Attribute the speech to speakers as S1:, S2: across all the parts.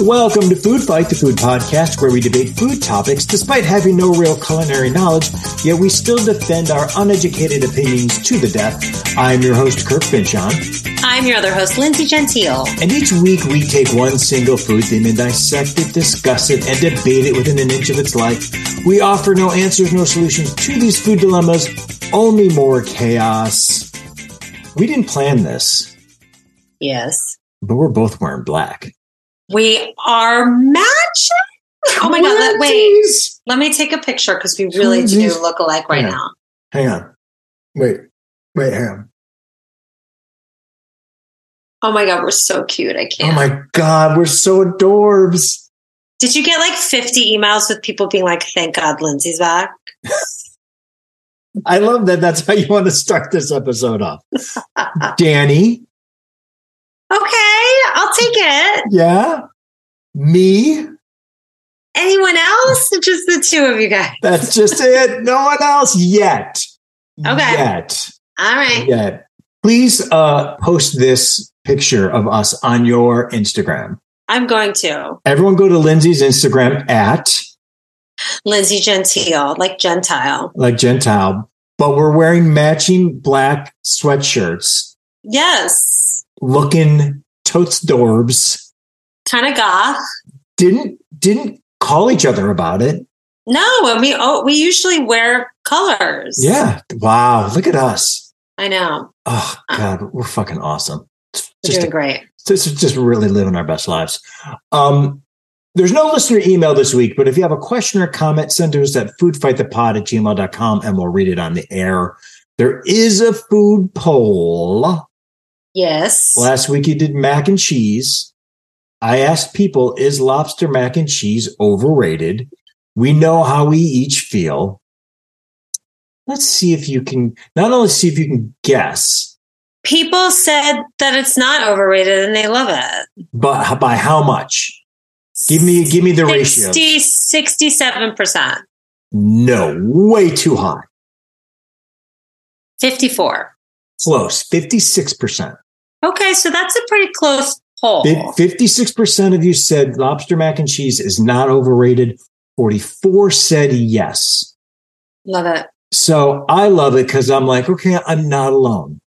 S1: Welcome to Food Fight, the food podcast where we debate food topics despite having no real culinary knowledge, yet we still defend our uneducated opinions to the death. I'm your host, Kirk Binchon,
S2: I'm your other host, Lindsay Gentile.
S1: and each week we take one single food theme and dissect it, discuss it, and debate it within an inch of its life. We offer no answers, no solutions to these food dilemmas, only more chaos. We didn't plan this,
S2: Yes.
S1: but we're both wearing black.
S2: We are matching. Oh my God. Let, wait,
S1: Twinsies.
S2: let me take a picture because we really do
S1: Twinsies.
S2: look alike right
S1: Yeah.
S2: now.
S1: Hang on. Wait. Wait, hang on.
S2: Oh my God. We're so cute. I can't.
S1: Oh my god, we're so adorbs.
S2: Did you get like 50 emails with people being like, thank God Lindsay's back?
S1: I love that that's how you want to start this episode off. Danny,
S2: Okay. I'll take it.
S1: yeah. Me,
S2: Anyone else? Just the two of you guys.
S1: that's just it. No one else yet.
S2: Okay.
S1: Yet.
S2: All right.
S1: Yet. Please uh post this picture of us on your Instagram.
S2: I'm going to.
S1: Everyone go to Lindsay's Instagram at
S2: Lindsay Gentile, like Gentile.
S1: like Gentile, but we're wearing matching black sweatshirts
S2: Yes.
S1: looking totes dorbs
S2: Kind of goth.
S1: didn't didn't call each other about it
S2: No, and we oh we usually wear colors.
S1: yeah wow look at us
S2: I know.
S1: oh god we're fucking awesome It's
S2: We're
S1: just
S2: doing great.
S1: this is just really living our best lives um there's no listener email this week but if you have a question or comment send it to us at foodfightthepod at gmail.com and we'll read it on the air there is a food poll
S2: Yes.
S1: Last week you did mac and cheese. I asked people, is lobster mac and cheese overrated? We know how we each feel. Let's see if you can not only see if you can guess,
S2: People said that it's not overrated and they love it.
S1: but h- by how much? Give me give me the ratio.
S2: 60, 67%.
S1: No, way too high.
S2: 54.
S1: Close, fifty six percent.
S2: Okay, so that's a pretty close poll.
S1: Fifty six percent of you said lobster mac and cheese is not overrated. Forty four said yes.
S2: love it.
S1: So I love it because I'm like, okay, I'm not alone.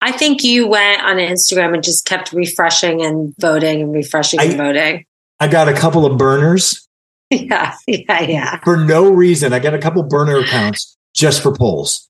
S2: I think you went on Instagram and just kept refreshing and voting and refreshing and voting.
S1: I got a couple of burners
S2: Yeah, yeah, yeah.
S1: for no reason. I got a couple burner accounts just for polls.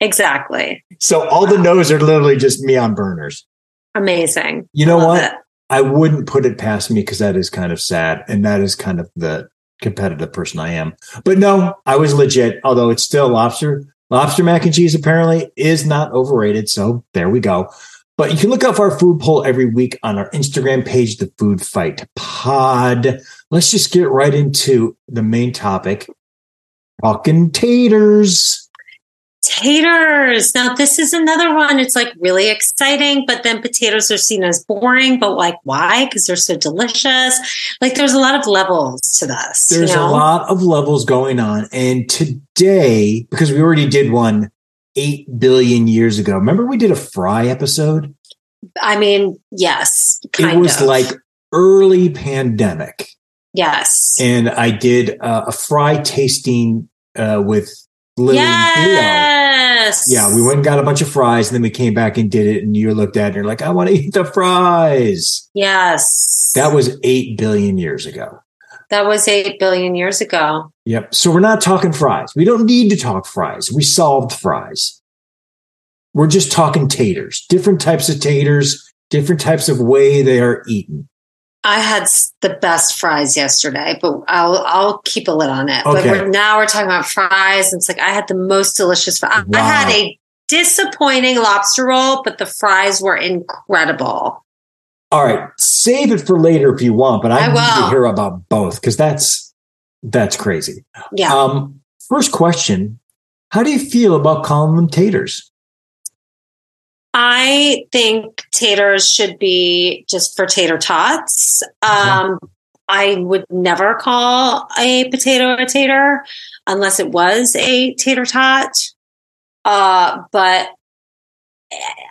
S2: Exactly.
S1: So all the no's are literally just me on burners.
S2: Amazing.
S1: You know
S2: Love
S1: what?
S2: it.
S1: I wouldn't put it past me because that is kind of sad. And that is kind of the competitive person I am. But no, I was legit, although it's still lobster. Lobster mac and cheese apparently is not overrated. So there we go. But you can look up our food poll every week on our Instagram page, The Food Fight Pod. Let's just get right into the main topic talking taters.
S2: Taters. Now, this is another one. It's like really exciting, but then potatoes are seen as boring. But like, why? Because they're so delicious. Like, there's a lot of levels to this.
S1: There's
S2: you
S1: a
S2: know?
S1: lot of levels going on. And today, because we already did one 8 billion years ago, remember we did a fry episode?
S2: I mean, yes, kind
S1: it was
S2: of.
S1: like early pandemic.
S2: yes,
S1: And I did uh, a fry tasting uh, with Lily and Theo.
S2: yes,
S1: Yeah, we went and got a bunch of fries and then we came back and did it. And you looked at it and you're like, I want to eat the fries.
S2: Yes,
S1: That was 8 billion years ago.
S2: that was eight billion years ago.
S1: Yep. So we're not talking fries. We don't need to talk fries. We solved fries. We're just talking taters, different types of taters, different types of way they are eaten.
S2: I had s- the best fries yesterday, but I'll I'll keep a lid on it. But
S1: Okay.
S2: we're, now we're talking about fries, and it's like I had the most delicious. Fri- I- I had
S1: Wow.
S2: a disappointing lobster roll, but the fries were incredible.
S1: All right, save it for later if you want, but I,
S2: I
S1: need to
S2: will.
S1: hear about both because that's that's crazy.
S2: Yeah,
S1: Um, first question: How do you feel about calling them taters?
S2: I think taters should be just for tater tots. Um, I would never call a potato a tater unless it was a tater tot. Uh, but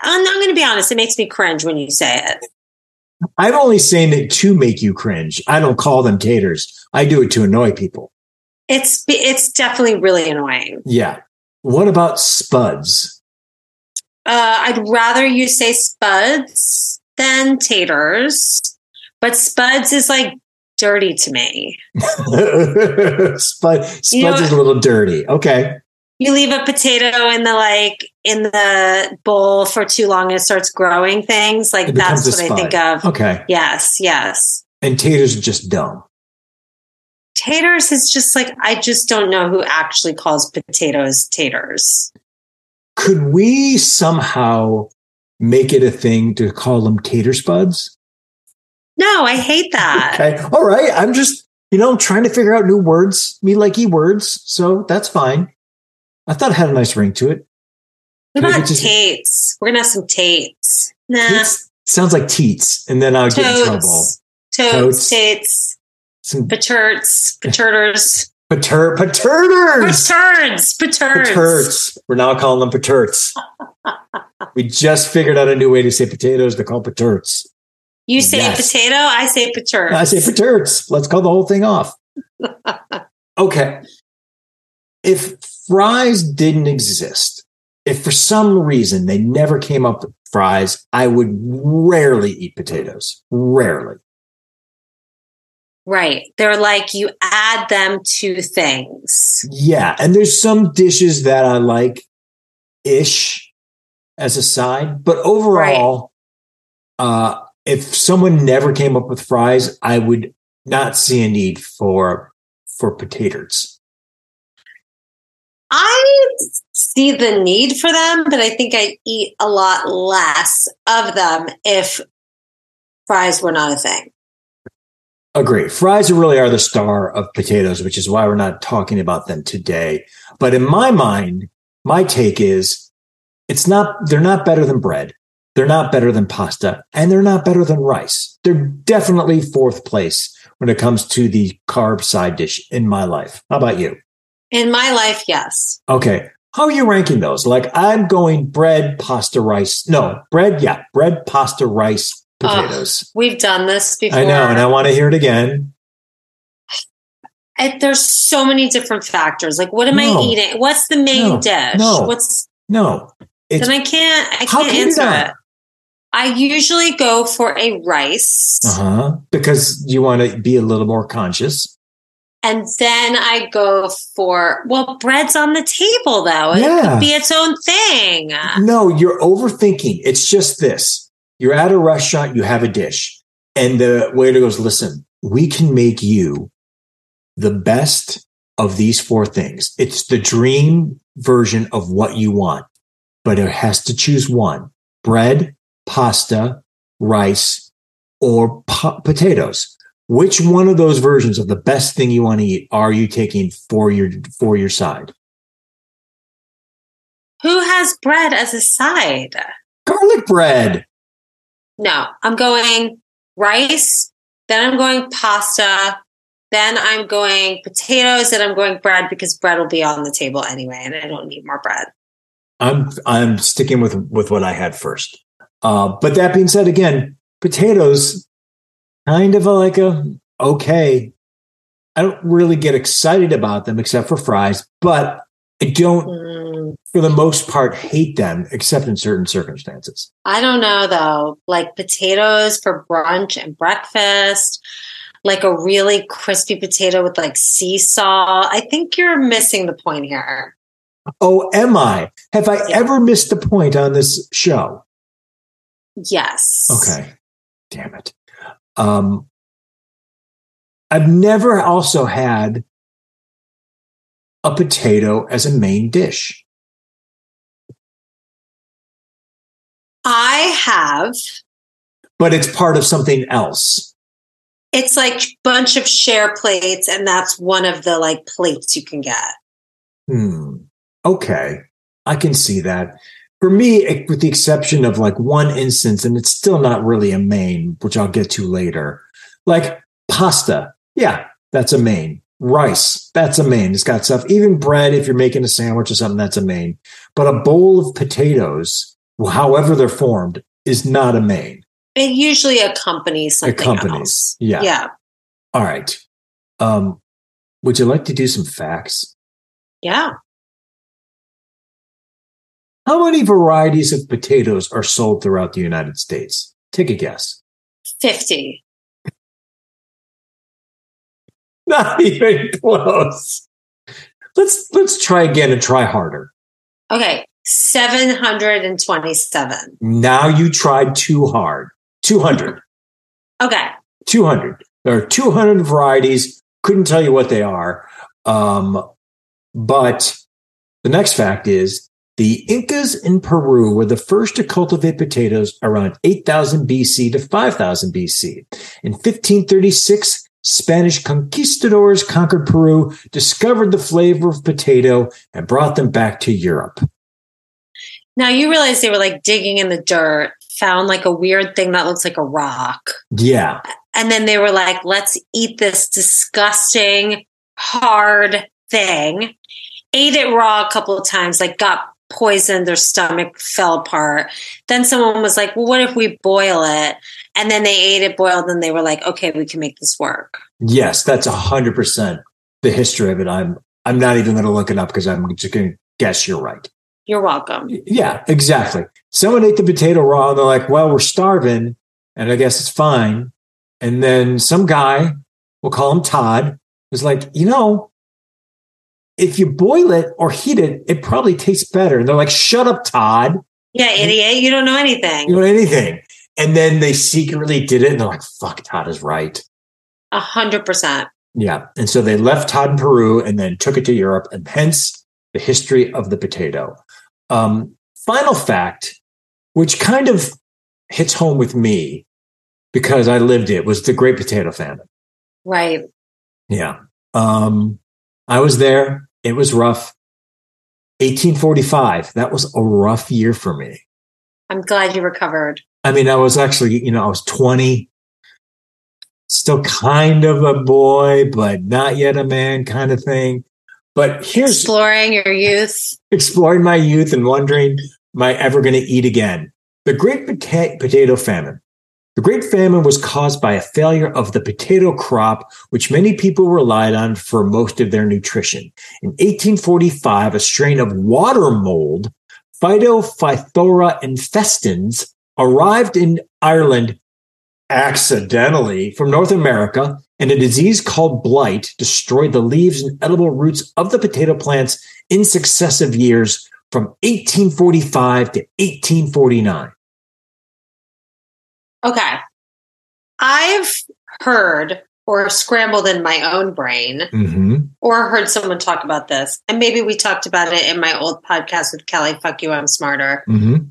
S2: I'm, I'm going to be honest, it makes me cringe when you say it.
S1: I've only seen it to make you cringe. I don't call them taters. I do it to annoy people.
S2: It's it's definitely really annoying.
S1: Yeah. What about spuds?
S2: Uh, I'd rather you say spuds than taters, but spuds is like dirty to me.
S1: Spud, spuds
S2: You know-
S1: is a little dirty. Okay.
S2: You leave a potato in the like in the bowl for too long, it starts growing things. Like
S1: It
S2: that's
S1: becomes
S2: what
S1: a
S2: I think
S1: spud.
S2: of.
S1: Okay.
S2: Yes, yes.
S1: And taters are just dumb.
S2: Taters is just like I just don't know who actually calls potatoes taters.
S1: Could we somehow make it a thing to call them tater spuds?
S2: No, I hate that.
S1: Okay. All right. I'm just, you know, I'm trying to figure out new words, me likey words. So that's fine. I thought it had a nice ring to it.
S2: What
S1: Can we
S2: about
S1: just-
S2: Tates? We're gonna have some Tates. Nah,
S1: Teats sounds like teats, and then I would get in trouble.
S2: totes, totes,
S1: Totes.
S2: Tates,
S1: Some
S2: Paturts, Paturters,
S1: pater, paterners.
S2: Paturds, Paturds.
S1: Paterts. We're now calling them paterts. we just figured out a new way to say potatoes. They're called paterts.
S2: You say
S1: Yes.
S2: potato, I say Paturds.
S1: I say paterts. Let's call the whole thing off. Okay. If fries didn't exist, if for some reason they never came up with fries, I would rarely eat potatoes. Rarely.
S2: Right. They're like you add them to things.
S1: Yeah, and there's some dishes that I like ish as a side, but overall, uh, if someone never came up with fries, I would not see a need for for potatoes.
S2: I see the need for them, but I think I eat a lot less of them if fries were not a thing.
S1: Agree. Fries really are the star of potatoes, which is why we're not talking about them today. But in my mind, my take is it's not, they're not better than bread. They're not better than pasta and they're not better than rice. They're definitely fourth place when it comes to the carb side dish in my life. How about you?
S2: In my life, yes.
S1: Okay. How are you ranking those? Like I'm going bread, pasta, rice. No, bread. Yeah. Bread, pasta, rice,
S2: Ugh,
S1: potatoes.
S2: We've done this before.
S1: I know. And I want to hear it again.
S2: I- there's so many different factors. Like, what am
S1: No.
S2: I eating? What's the main
S1: No.
S2: dish?
S1: No.
S2: What's
S1: No. It's-
S2: then? I can't. I
S1: How
S2: can't
S1: can you
S2: answer
S1: not?
S2: it. I usually go for a rice,
S1: Uh-huh. Because you want to be a little more conscious.
S2: and then I go for well, bread's on the table though. It
S1: Yeah.
S2: could be its own thing.
S1: No, you're overthinking. It's just this. You're at a restaurant, you have a dish, and the waiter goes, listen, we can make you the best of these four things. It's the dream version of what you want, but it has to choose one bread, pasta, rice, or po- potatoes. Which one of those versions of the best thing you want to eat are you taking for your, for your side?
S2: Who has bread as a side?
S1: Garlic bread.
S2: No, I'm going rice. Then I'm going pasta. Then I'm going potatoes. Then I'm going bread because bread will be on the table anyway, and I don't need more bread.
S1: I'm I'm sticking with with what I had first. Uh, but that being said, again, potatoes kind of like a okay. I don't really get excited about them except for fries, but I don't,
S2: Mm,
S1: for the most part, hate them except in certain circumstances.
S2: I don't know though. Like potatoes for brunch and breakfast, like a really crispy potato with like sea salt. I think you're missing the point here.
S1: Oh, am I? Have I
S2: Yeah.
S1: ever missed the point on this show?
S2: Yes.
S1: Okay. Damn it. Um, I've never also had a potato as a main dish.
S2: I have.
S1: but it's part of something else.
S2: It's like bunch of share plates, and that's one of the like plates you can get.
S1: Hmm. Okay. I can see that. For me, it- with the exception of like one instance, and it's still not really a main, which I'll get to later, like pasta. Yeah, that's a main. rice. That's a main. It's got stuff. Even bread, if you're making a sandwich or something, that's a main. But a bowl of potatoes, however they're formed, is not a main.
S2: It usually accompanies something
S1: Accompanies,
S2: else.
S1: yeah.
S2: Yeah.
S1: All right. Um, would you like to do some facts?
S2: Yeah.
S1: How many varieties of potatoes are sold throughout the United States? Take a guess.
S2: 50.
S1: Not even close. Let's let's try again and try harder.
S2: Okay. 727.
S1: Now you tried too hard. 200.
S2: Okay.
S1: 200. There are 200 varieties. Couldn't tell you what they are. Um, but the next fact is the Incas in Peru were the first to cultivate potatoes around 8000 BC to 5000 BC. In 1536, Spanish conquistadors conquered Peru, discovered the flavor of potato, and brought them back to Europe.
S2: Now you realize they were like digging in the dirt, found like a weird thing that looks like a rock.
S1: Yeah.
S2: And then they were like, let's eat this disgusting, hard thing. Ate it raw a couple of times, like got poisoned, their stomach fell apart. Then someone was like, well, what if we boil it? And then they ate it boiled and they were like, okay, we can make this work.
S1: Yes, that's a hundred percent the history of it. I'm I'm not even going to look it up because I'm just going to guess you're right.
S2: You're welcome.
S1: Yeah, exactly. Someone ate the potato raw, and they're like, "Well, we're starving, and I guess it's fine." And then some guy, we'll call him Todd, was like, "You know, if you boil it or heat it, it probably tastes better." And they're like, "Shut up, Todd!
S2: Yeah, idiot. You don't know
S1: Mm-hmm. You
S2: anything.
S1: know anything." And then they secretly did it, and they're like, "Fuck, Todd is right."
S2: A hundred percent.
S1: Yeah. And so they left Todd in Peru and then took it to Europe, and hence the history of the potato. Um, final fact, which kind of hits home with me because I lived it, was the Great Potato Famine.
S2: Right.
S1: Yeah. Um, I was there. It was rough. 1845, that was a rough year for me.
S2: I'm glad you recovered.
S1: I mean, I was actually, you know, I was 20, still kind of a boy, but not yet a man kind of thing. But here's
S2: Exploring your youth.
S1: exploring my youth and wondering, am I ever going to eat again? The Great Pota- Potato Famine. The Great Famine was caused by a failure of the potato crop, which many people relied on for most of their nutrition. In 1845, a strain of water mold, Phytophthora infestans, arrived in Ireland accidentally from North America, and a disease called blight destroyed the leaves and edible roots of the potato plants in successive years from 1845 to 1849.
S2: Okay. I've heard or scrambled in my own brain
S1: Mm-hmm.
S2: or heard someone talk about this. And maybe we talked about it in my old podcast with Kelly, Fuck You, I'm Smarter.
S1: Mm-hmm.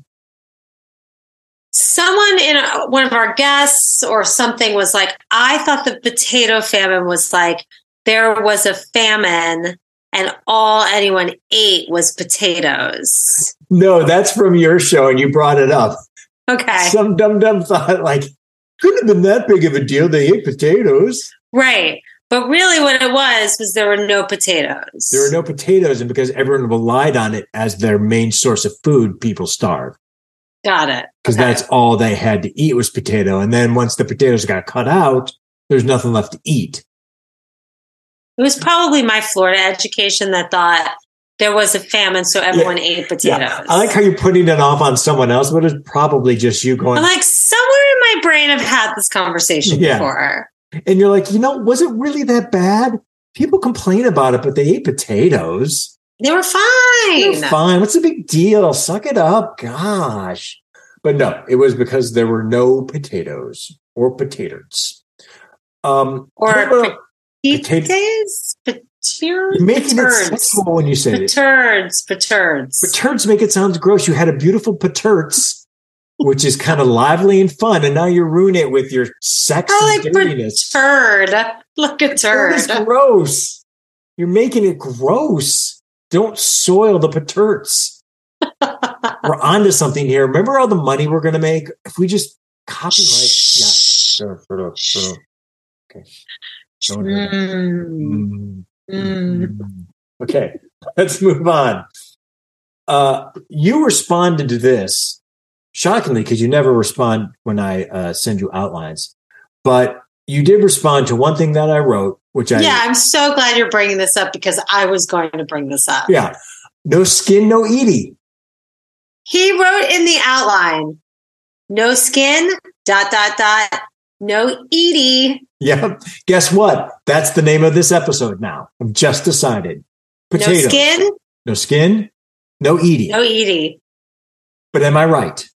S2: Someone in uh, one of our guests or something was like, I thought the potato famine was like there was a famine and all anyone ate was potatoes.
S1: No, that's from your show, and you brought it up.
S2: Okay.
S1: Some dum dum thought like couldn't have been that big of a deal. They ate potatoes.
S2: right. But really, what it was was there were no potatoes.
S1: There were no potatoes, and because everyone relied on it as their main source of food, people starved
S2: Got it.
S1: because
S2: Okay.
S1: that's all they had to eat was potato. And then once the potatoes got cut out, there's nothing left to eat.
S2: It was probably my Florida education that thought there was a famine, so everyone ate potatoes.
S1: I like how you're putting it off on someone else, but it's probably just you going.
S2: I'm like, somewhere in my brain, I've had this conversation
S1: Yeah.
S2: before.
S1: And you're like, you know, was it really that bad? People complain about it, but they ate potatoes.
S2: They were fine.
S1: They're fine. What's the big deal? Suck it up. Gosh. But no, it was because there were no potatoes or potatoes. Um,
S2: Or
S1: how about- Potato-
S2: Potatoes?
S1: you're making it
S2: Paturds.
S1: sexual when you say it.
S2: Paturds. Paturds.
S1: Paturds make it sound gross. You had a beautiful paturds, which is kind of lively and fun, and now you ruin it with your sex
S2: I
S1: and
S2: like
S1: dirtiness.
S2: Turd. Look a
S1: That
S2: turd.
S1: is gross. You're making it gross. Don't soil the paturts. we're onto something here. Remember all the money we're going to make if we just copyright. Yeah.
S2: Shh.
S1: Sure, sure, sure. Don't do that.
S2: Mm.
S1: Mm.
S2: Mm.
S1: Okay, let's move on. Uh, you responded to this shockingly because you never respond when I uh, send you outlines, but you did respond to one thing that I wrote, which I
S2: Yeah, I'm so glad you're bringing this up because I was going to bring this up.
S1: yeah, no skin, no Edie.
S2: He wrote in the outline, no skin, dot, dot, dot, no Edie,
S1: Yep. Guess what? That's the name of this episode now. I've just decided. Potato.
S2: no skin,
S1: No skin. No Edie.
S2: no Edie.
S1: But am I right?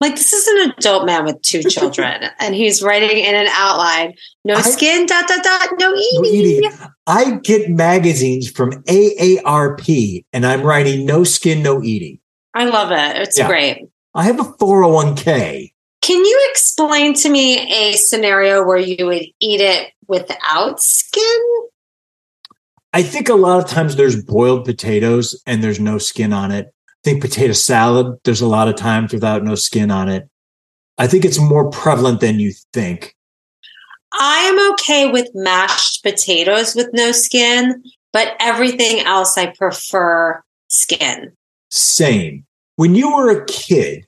S2: Like, this is an adult man with two children, and he's writing in an outline, no
S1: I-
S2: skin, dot, dot, dot, no E Edie.
S1: No E Edie. I get magazines from AARP and I'm writing no skin, no Edie.
S2: I love it. It's
S1: Yeah.
S2: great.
S1: I have a 401k.
S2: Can you explain to me a scenario where you would eat it without skin?
S1: I think a lot of times there's boiled potatoes and there's no skin on it. I think potato salad, there's a lot of times without no skin on it. I think it's more prevalent than you think.
S2: I am okay with mashed potatoes with no skin, but everything else I prefer skin.
S1: Same. When you were a kid,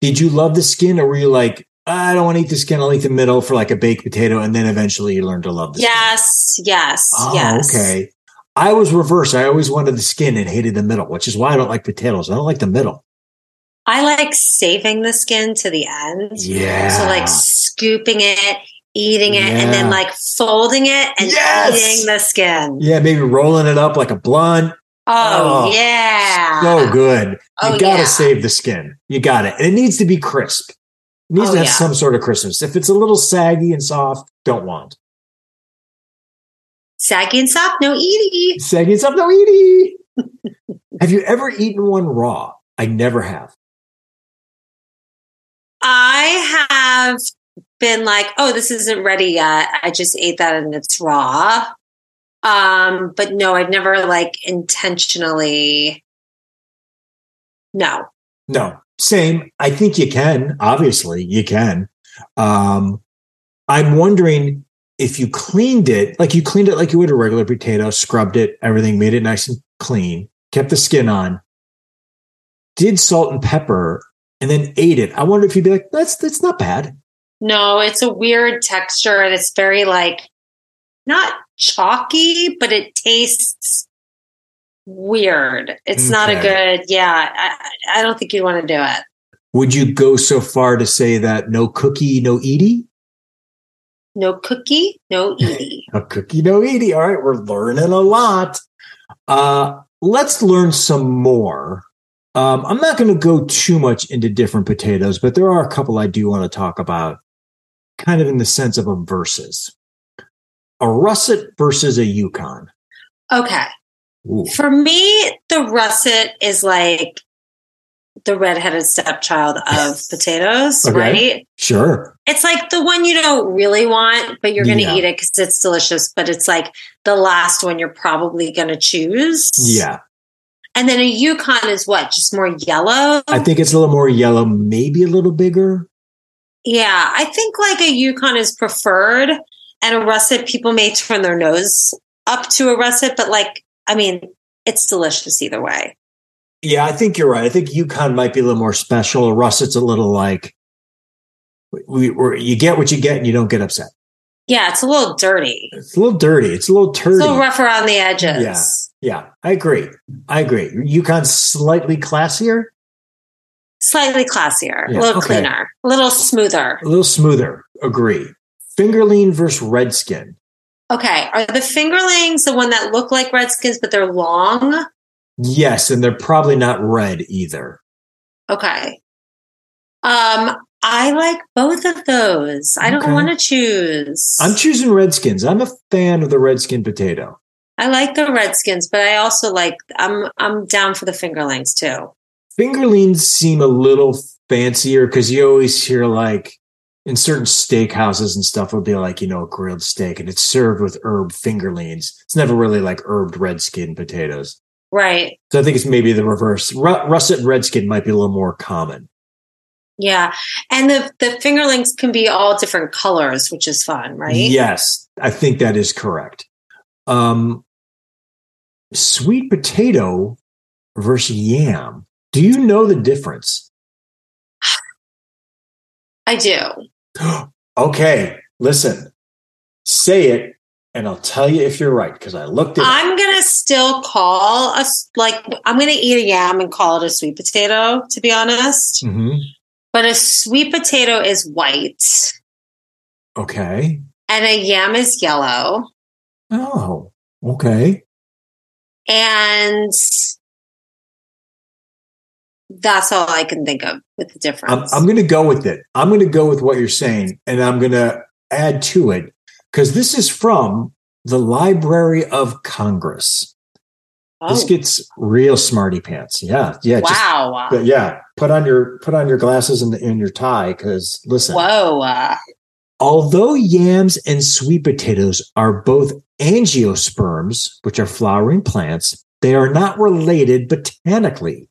S1: did you love the skin or were you like, I don't want to eat the skin, I'll eat the middle for like a baked potato and then eventually you learn to love the skin?
S2: Yes, yes, yes.
S1: Oh, okay. I was reverse. I always wanted the skin and hated the middle, which is why I don't like potatoes. I don't like the middle.
S2: I like saving the skin to the end.
S1: Yeah.
S2: So like scooping it, eating it, and
S1: Yeah.
S2: then like folding it and
S1: Yes!
S2: eating the skin.
S1: yeah, maybe rolling it up like a blunt.
S2: Oh,
S1: Oh,
S2: yeah.
S1: So good. You
S2: Oh,
S1: gotta
S2: yeah.
S1: save the skin. You got it. And it needs to be crisp. It needs
S2: Oh,
S1: to have
S2: yeah.
S1: some sort of crispness. If it's a little saggy and soft, don't want.
S2: Saggy and soft, no Edie.
S1: Saggy and soft, no eaty. have you ever eaten one raw? I never have.
S2: I have been like, oh, this isn't ready yet. I just ate that and it's raw. Um, but no, I've never like intentionally. No.
S1: No, same. I think you can. Obviously, you can. Um, I'm wondering if you cleaned it, like you cleaned it like you would a regular potato, scrubbed it, everything, made it nice and clean, kept the skin on, did salt and pepper, and then ate it. I wonder if you'd be like, that's that's not bad.
S2: No, it's a weird texture and it's very like not chalky, but it tastes weird. It's not a
S1: Okay.
S2: good, yeah. I, I don't think you'd want to do it.
S1: Would you go so far to say that no cookie, no Edie?
S2: No cookie, no Edie.
S1: A cookie, no Edie. All right, we're learning a lot. Uh, let's learn some more. Um, I'm not going to go too much into different potatoes, but there are a couple I do want to talk about, kind of in the sense of a versus. A russet versus a Yukon.
S2: Okay.
S1: Ooh.
S2: For me, the russet is like the redheaded stepchild of potatoes,
S1: Okay.
S2: right?
S1: Sure.
S2: It's like the one you don't really want, but you're going to
S1: Yeah.
S2: eat it because it's delicious. But it's like the last one you're probably going to choose.
S1: Yeah.
S2: And then a Yukon is what? Just more yellow?
S1: I think it's a little more yellow, maybe a little bigger.
S2: yeah. I think like a Yukon is preferred and a russet, people may turn their nose up to a russet, but like, I mean, it's delicious either way.
S1: Yeah, I think you're right. I think Yukon might be a little more special. A russet's a little like we, we, you get what you get and you don't get upset.
S2: Yeah. It's a little dirty.
S1: It's a little dirty. It's a little turdy.
S2: It's a little rough around the edges.
S1: Yeah. yeah, I agree. I agree. Yukon's slightly classier,
S2: Slightly classier,
S1: Yeah,
S2: a little
S1: okay.
S2: cleaner, a little smoother.
S1: a little smoother. Agree. Fingerling versus Redskin.
S2: Okay. Are the fingerlings the one that look like redskins, but they're long?
S1: Yes, and they're probably not red either.
S2: Okay. Um, I like both of those. I don't
S1: Okay.
S2: want to choose.
S1: I'm choosing Redskins. I'm a fan of the Redskin potato.
S2: I like the redskins, but I also like I'm I'm down for the fingerlings too.
S1: Fingerlings seem a little fancier because you always hear like in certain steakhouses and stuff will be like you know a grilled steak and it's served with herb fingerlings. It's never really like herbed Redskin potatoes.
S2: Right.
S1: So I think it's maybe the reverse. Ru- russet and redskin might be a little more common.
S2: Yeah. And the, the fingerlings can be all different colors, which is fun, right?
S1: Yes, I think that is correct. Um, sweet potato versus yam. Do you know the difference?
S2: I do.
S1: okay, listen, say it, and I'll tell you if you're right because I looked it. up.
S2: I'm going to still call us, like, I'm going to eat a yam and call it a sweet potato, to be honest.
S1: Mhm.
S2: But a sweet potato is white
S1: Okay.
S2: and a yam is yellow.
S1: Oh, okay.
S2: And that's all I can think of with the
S1: I'm,
S2: difference.
S1: I'm going to go with it. I'm going to go with what you're saying, and I'm going to add to it because this is from the Library of Congress. This
S2: oh,
S1: gets real smarty pants. Yeah, yeah, just-
S2: wow.
S1: but yeah. Put on your put on your glasses and, and your tie because listen.
S2: Whoa. Uh,
S1: Although yams and sweet potatoes are both angiosperms, which are flowering plants, they are not related botanically.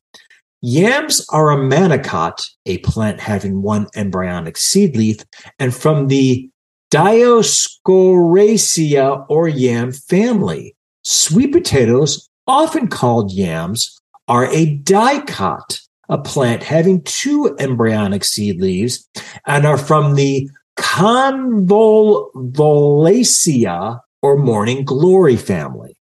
S1: Yams are a manicot, a plant having one embryonic seed leaf, and from the Dioscoracea or yam family. Sweet potatoes, often called yams, are a dicot, a plant having two embryonic seed leaves, and are from the Convolvulacea or morning glory family.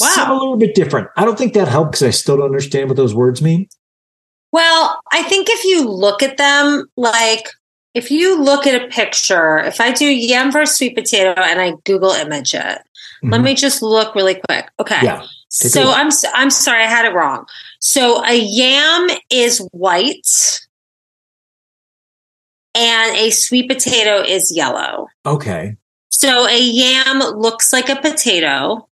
S2: Wow.
S1: Similar but different. I don't think that helped because I still don't understand what those words mean.
S2: Well, I think if you look at them, like if you look at a picture, if I do yam versus sweet potato and I Google image it, let
S1: Mhm.
S2: me just look really quick. Okay.
S1: Yeah. Take a
S2: So
S1: look.
S2: I'm s- I'm sorry I had it wrong. So a yam is white and a sweet potato is yellow.
S1: Okay.
S2: So a yam looks like a potato.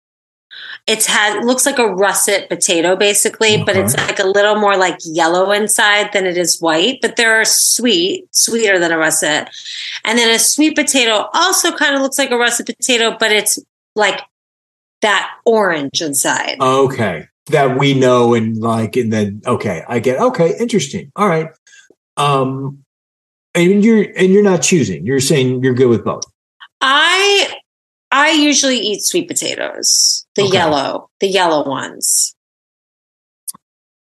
S2: It's had looks like a russet potato basically, but it's like a little more like yellow inside than it is white, but they're sweet, sweeter than a russet. And then a sweet potato also kind of looks like a russet potato, but it's like that orange inside.
S1: Okay. That we know and like, and then, okay, I get, okay, interesting. All right. Um, and you're, and you're not choosing, you're saying you're good with both.
S2: I I usually eat sweet potatoes, the
S1: Okay.
S2: yellow, the yellow ones.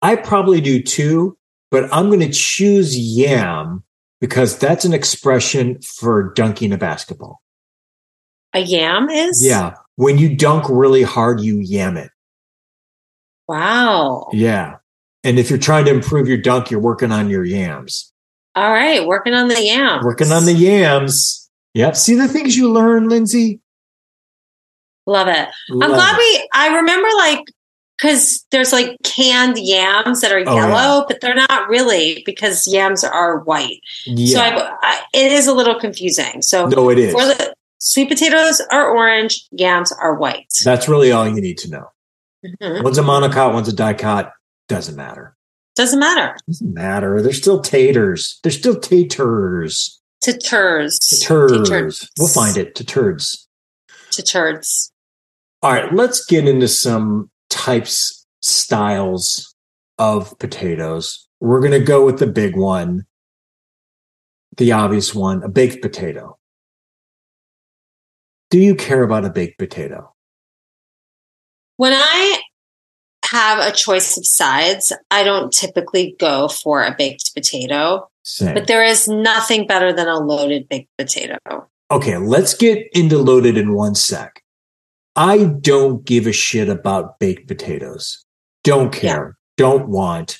S1: I probably do too, but I'm going to choose yam because that's an expression for dunking a basketball.
S2: A yam is?
S1: Yeah. When you dunk really hard, you yam it.
S2: Wow.
S1: Yeah. And if you're trying to improve your dunk, you're working on your yams.
S2: All right, working on the yam.
S1: Working on the yams. Yep. See the things you learn, Lindsay?
S2: Love it. I'm
S1: Love
S2: glad
S1: it.
S2: we I remember like because there's like canned yams that are
S1: Oh,
S2: yellow, but they're not really because yams are white. So
S1: Yeah.
S2: I, I, it is a little confusing. So
S1: no, it is.
S2: for the sweet potatoes are orange, yams are white.
S1: That's really all you need to know.
S2: Mhm.
S1: One's a monocot, one's a dicot. Doesn't matter.
S2: Doesn't matter.
S1: Doesn't matter. They're still taters. They're still taters.
S2: Taters.
S1: Taters. We'll find it. Taters.
S2: Taters.
S1: All right, let's get into some types, styles of potatoes. We're going to go with the big one, the obvious one, a baked potato. Do you care about a baked potato?
S2: When I have a choice of sides, I don't typically go for a baked potato,
S1: Same.
S2: but there is nothing better than a loaded baked potato.
S1: Okay, let's get into loaded in one sec. I don't give a shit about baked potatoes. Don't care. Don't want.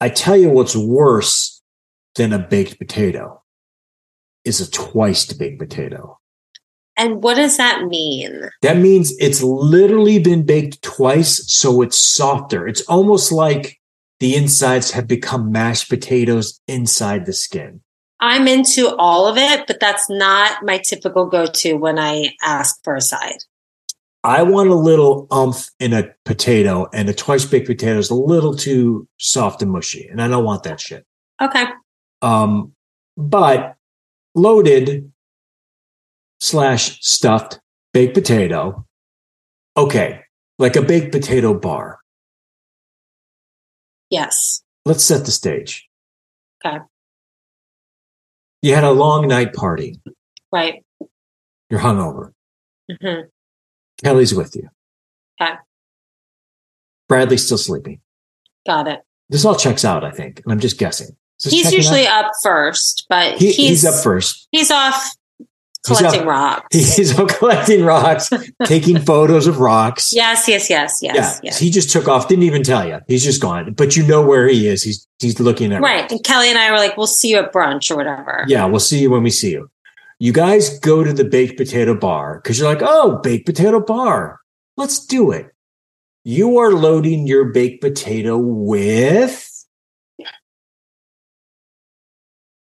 S1: I tell you what's worse than a baked potato is a twice baked potato.
S2: And what does that mean?
S1: That means it's literally been baked twice, so it's softer. It's almost like the insides have become mashed potatoes inside the skin.
S2: I'm into all of it, but that's not my typical go to when I ask for a side.
S1: I want a little umph in a potato, and a twice baked potato is a little too soft and mushy, and I don't want that shit.
S2: Okay.
S1: Um, but loaded slash stuffed baked potato, okay, like a baked potato bar.
S2: Yes.
S1: Let's set the stage.
S2: Okay.
S1: You had a long night party.
S2: Right.
S1: You're hungover.
S2: Mhm.
S1: Kelly's with you.
S2: Okay.
S1: Bradley's still sleeping.
S2: Got it.
S1: This all checks out, I think. And I'm just guessing. Is this
S2: He's
S1: checking
S2: usually
S1: out?
S2: up first, but
S1: He-
S2: he's he's,
S1: he's up first.
S2: off
S1: He's up.
S2: collecting rocks.
S1: He's up collecting rocks, taking photos of rocks.
S2: yes, yes, yes, yes,
S1: yeah.
S2: yes.
S1: He just took off. Didn't even tell you. He's just gone. But you know where he is. He's he's looking at
S2: Right. And Kelly and I were like, we'll see you at brunch or whatever.
S1: Yeah, we'll see you when we see you. You guys go to the baked potato bar because you're like, oh, baked potato bar. Let's do it. You are loading your baked potato with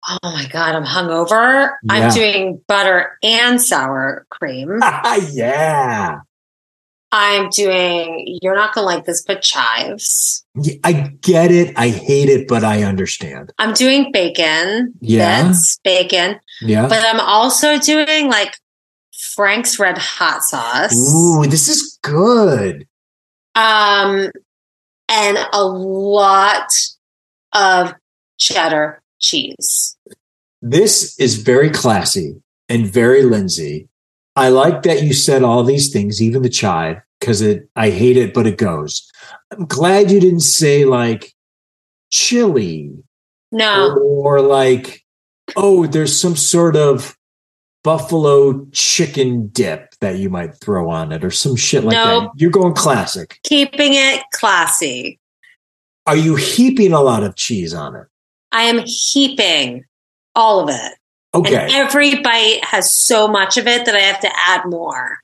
S2: Oh my God, I'm hungover.
S1: Yeah. Ah.
S2: I'm doing butter and sour cream.
S1: yeah.
S2: I'm doing, you're not going to like this, but chives.
S1: Yeah, I get it. I hate it, but I understand.
S2: I'm doing bacon.
S1: Yeah.
S2: Bits, bacon.
S1: Yeah.
S2: But I'm also doing like Frank's Red Hot Sauce.
S1: Ooh, this is good.
S2: Um, and a lot of cheddar cheese.
S1: This is very classy and very Lindsay. I like that you said all these things, even the chive, because it I hate it, but it goes. I'm glad you didn't say like chili
S2: No,
S1: or like, oh, there's some sort of buffalo chicken dip that you might throw on it or some shit like
S2: No.
S1: that. You're going classic.
S2: keeping it classy.
S1: Are you heaping a lot of cheese on it?
S2: I am heaping all of it.
S1: Okay.
S2: And every bite has so much of it that I have to add more.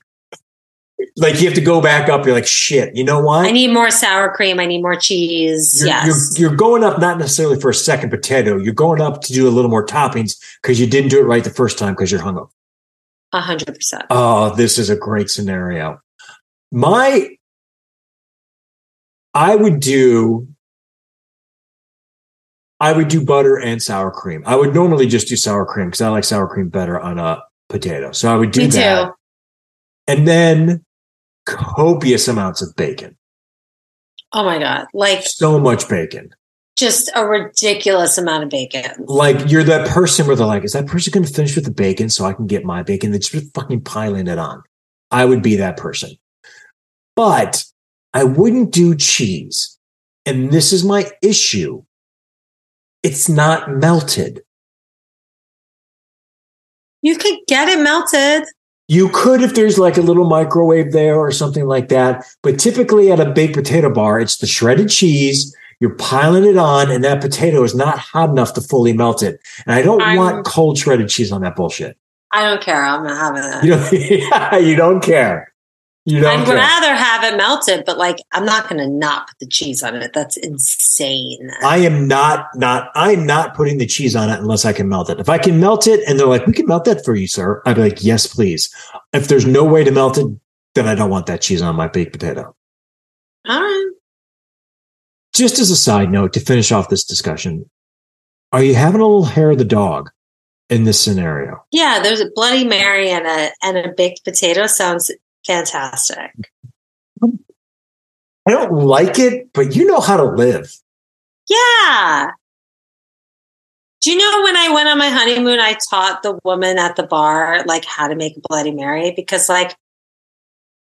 S1: like you have to go back up. You're like, shit, you know what?
S2: I need more sour cream. I need more cheese.
S1: you're,
S2: yes.
S1: you're, you're going up not necessarily for a second potato. You're going up to do a little more toppings because you didn't do it right the first time because you're hungover.
S2: A hundred percent.
S1: Oh, this is a great scenario. My, I would do, I would do butter and sour cream. I would normally just do sour cream because I like sour cream better on a potato. So I would do
S2: Me
S1: that,
S2: too.
S1: and then copious amounts of bacon.
S2: Oh my God. Like
S1: So much bacon.
S2: just a ridiculous amount of bacon.
S1: like you're that person where they're like, is that person going to finish with the bacon so I can get my bacon? They're just fucking piling it on. I would be that person, but I wouldn't do cheese. And this is my issue. It's not melted.
S2: You could get it melted.
S1: You could, if there's like a little microwave there or something like that. But typically at a baked potato bar, it's the shredded cheese. You're piling it on and that potato is not hot enough to fully melt it. And I don't
S2: I'm-
S1: want cold shredded cheese on that bullshit.
S2: I don't care. I'm not having it.
S1: You don't, you don't care. You don't
S2: I'd
S1: care.
S2: rather have it melted, but like I'm not going to not put the cheese on it. That's insane.
S1: I am not not I'm not putting the cheese on it unless I can melt it. If I can melt it and they're like, we can melt that for you, sir, I'd be like, yes, please. If there's no way to melt it, then I don't want that cheese on my baked potato.
S2: All right.
S1: Just as a side note to finish off this discussion, are you having a little hair of the dog in this scenario?
S2: Yeah, there's a Bloody Mary and a and a baked potato sounds fantastic.
S1: I don't like it, but you know how to live.
S2: Yeah. Do you know when I went on my honeymoon, I taught the woman at the bar like how to make a Bloody Mary because like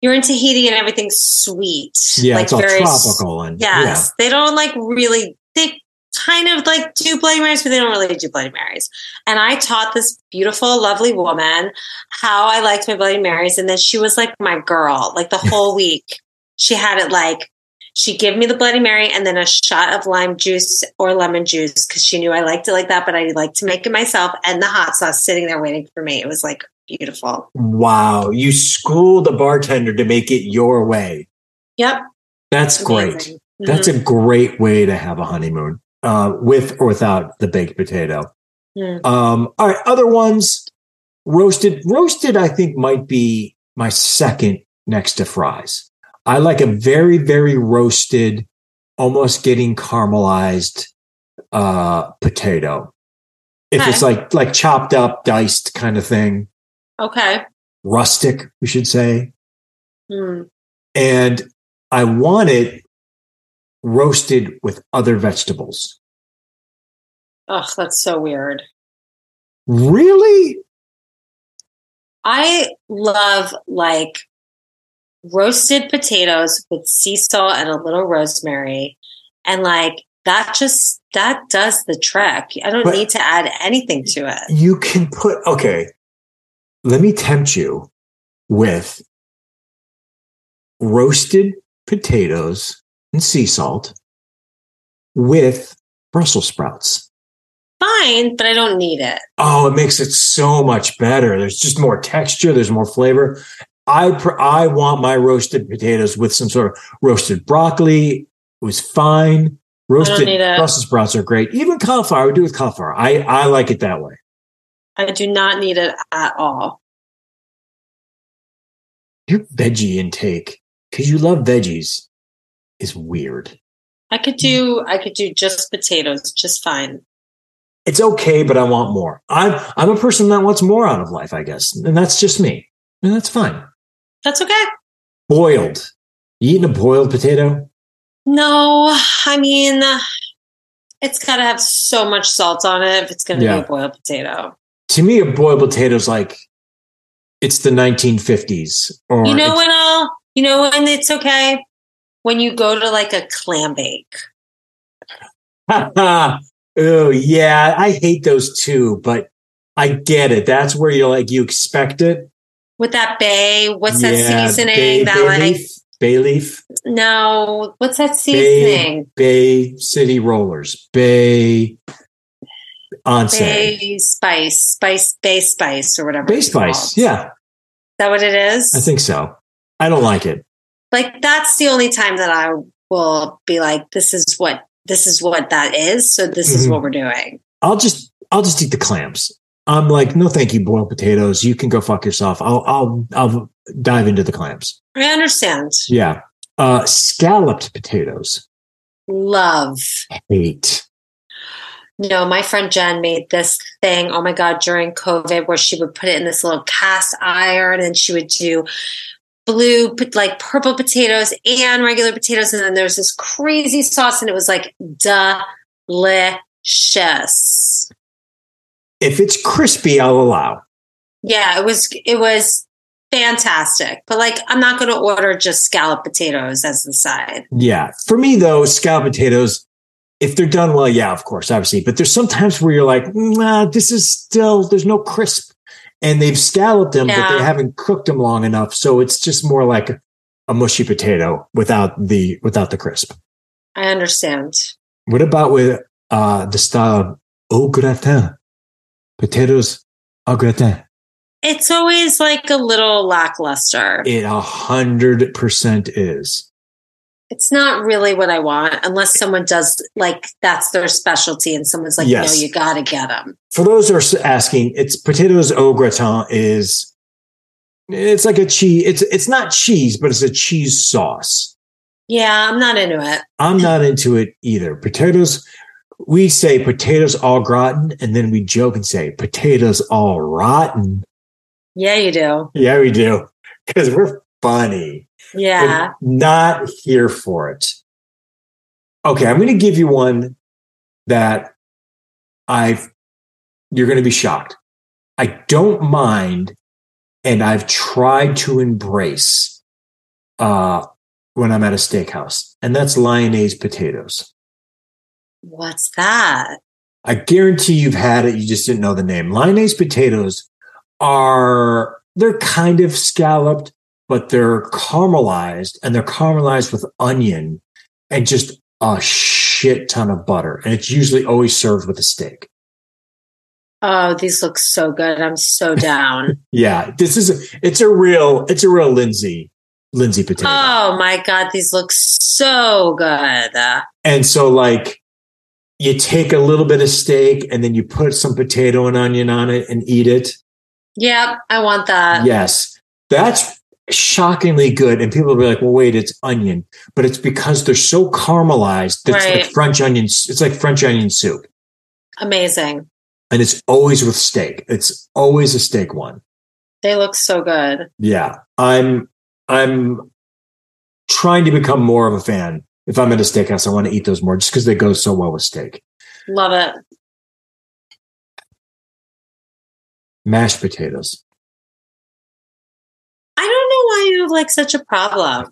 S2: you're in Tahiti and everything's sweet,
S1: Yeah,
S2: like
S1: it's all tropical and yeah.
S2: Yes. They don't like really, they kind of like do Bloody Marys, but they don't really do Bloody Marys. And I taught this beautiful, lovely woman how I liked my Bloody Marys. And then she was like my girl, like the whole week. She had it like, she gave me the Bloody Mary and then a shot of lime juice or lemon juice because she knew I liked it like that, but I like to make it myself and the hot sauce sitting there waiting for me. It was like beautiful.
S1: Wow. You school the bartender to make it your way.
S2: Yep.
S1: That's great.
S2: amazing. Mm-hmm.
S1: That's a great way to have a honeymoon, uh, with or without the baked potato.
S2: Mhm.
S1: Um, all right, other ones, roasted. Roasted, I think, might be my second next to fries. I like a very, very roasted, almost getting caramelized uh, potato. If it's like like chopped up, diced kind of thing,
S2: Mm-hmm. Okay.
S1: rustic, we should say
S2: Mm.
S1: and I want it roasted with other vegetables.
S2: Oh, that's so weird.
S1: Really?
S2: I love like roasted potatoes with sea salt and a little rosemary. And like that just that does the trick. I don't
S1: But-
S2: need to add anything to it.
S1: You can put okay. Let me tempt you with roasted potatoes and sea salt with Brussels sprouts.
S2: Fine, but I don't need it.
S1: Oh, it makes it so much better. There's just more texture. There's more flavor. I pr- I want my roasted potatoes with some sort of roasted broccoli. It was fine. Roasted
S2: need it.
S1: Brussels sprouts are great. Even cauliflower, I would do with cauliflower. I I like it that way.
S2: I do not need it at all.
S1: Your veggie intake, because you love veggies, is weird.
S2: I could do I could do just potatoes just fine.
S1: It's okay, but I want more. I'm I'm a person that wants more out of life, I guess, and that's just me, and that's fine.
S2: That's okay.
S1: Boiled, you eating a boiled potato?
S2: No, I mean it's gotta have so much salt on it if it's gonna
S1: Yeah.
S2: be a boiled potato.
S1: to me, a boiled potato is like it's the 1950s. Or
S2: you know
S1: it's-
S2: when I'll you know when it's okay? When you go to like a clam bake.
S1: oh yeah, I hate those too, but I get it. That's where you're like you expect it.
S2: with that bay. What's
S1: Yeah,
S2: that seasoning?
S1: Bay,
S2: that
S1: bay
S2: like
S1: leaf, bay leaf,
S2: no. What's that seasoning?
S1: bay city rollers, bay onsen,
S2: Bay, spice, spice, bay spice, or whatever.
S1: bay
S2: it's
S1: spice.
S2: called.
S1: Yeah,
S2: is that what it is?
S1: I think so. I don't like it.
S2: like that's the only time that I will be like, this is what this is what that is. So this is
S1: Mhm.
S2: what we're doing.
S1: I'll just I'll just eat the clams. I'm like, no, thank you, boiled potatoes. You can go fuck yourself. I'll I'll I'll dive into the clams.
S2: I understand.
S1: Yeah. Uh scalloped potatoes.
S2: Love.
S1: Hate.
S2: No, my friend Jen made this thing. Oh my God, during COVID, where she would put it in this little cast iron and she would do blue, put like purple potatoes and regular potatoes. And then there's this crazy sauce and it was like delicious.
S1: If it's crispy, I'll allow.
S2: Yeah, it was, it was fantastic. But like, I'm not going to order just scallop potatoes as the side.
S1: Yeah. For me though, scalloped potatoes, if they're done well, yeah, of course, obviously. But there's sometimes where you're like, "Mm, nah, this is still there's no crisp. And they've scalloped them, but they
S2: Yeah.
S1: haven't cooked them long enough. So it's just more like a mushy potato without the without the crisp.
S2: I understand.
S1: What about with uh, the style of au gratin? Potatoes au gratin.
S2: It's always like a little lackluster.
S1: It a hundred percent is.
S2: it's not really what I want unless someone does like that's their specialty and someone's like,
S1: Yes.
S2: no, you got to get them.
S1: For those who are s- asking, it's potatoes au gratin is it's like a cheese. It's it's not cheese, but it's a cheese sauce.
S2: Yeah, I'm not into it.
S1: I'm not into it either. Potatoes, we say potatoes all gratin, and then we joke and say potatoes all rotten.
S2: Yeah, you do.
S1: Yeah, we do. Because we're funny.
S2: Yeah.
S1: I'm not here for it. Okay, I'm going to give you one that I've, you're going to be shocked. I don't mind, and I've tried to embrace uh, when I'm at a steakhouse, and that's lyonnaise potatoes.
S2: What's that?
S1: I guarantee you've had it, you just didn't know the name. Lyonnaise potatoes are, they're kind of scalloped, but they're caramelized and they're caramelized with onion and just a shit ton of butter. And it's usually always served with a steak.
S2: Oh, these look so good. I'm so down.
S1: Yeah. This is, a, it's a real, it's a real Lindsay, Lindsay potato.
S2: oh my God, these look so good. Uh,
S1: And so like you take a little bit of steak and then you put some potato and onion on it and eat it.
S2: yep, I want that.
S1: yes, that's shockingly good. And people will be like, "Well, wait, it's onion," but it's because they're so caramelized. That's like
S2: Right.
S1: French onion. It's like French onion soup,
S2: Amazing.
S1: and it's always with steak. It's always a steak one.
S2: They look so good.
S1: Yeah, I'm I'm trying to become more of a fan. If I'm at a steakhouse, I want to eat those more just because they go so well with steak.
S2: Love it.
S1: mashed potatoes.
S2: I don't know why you have like such a problem.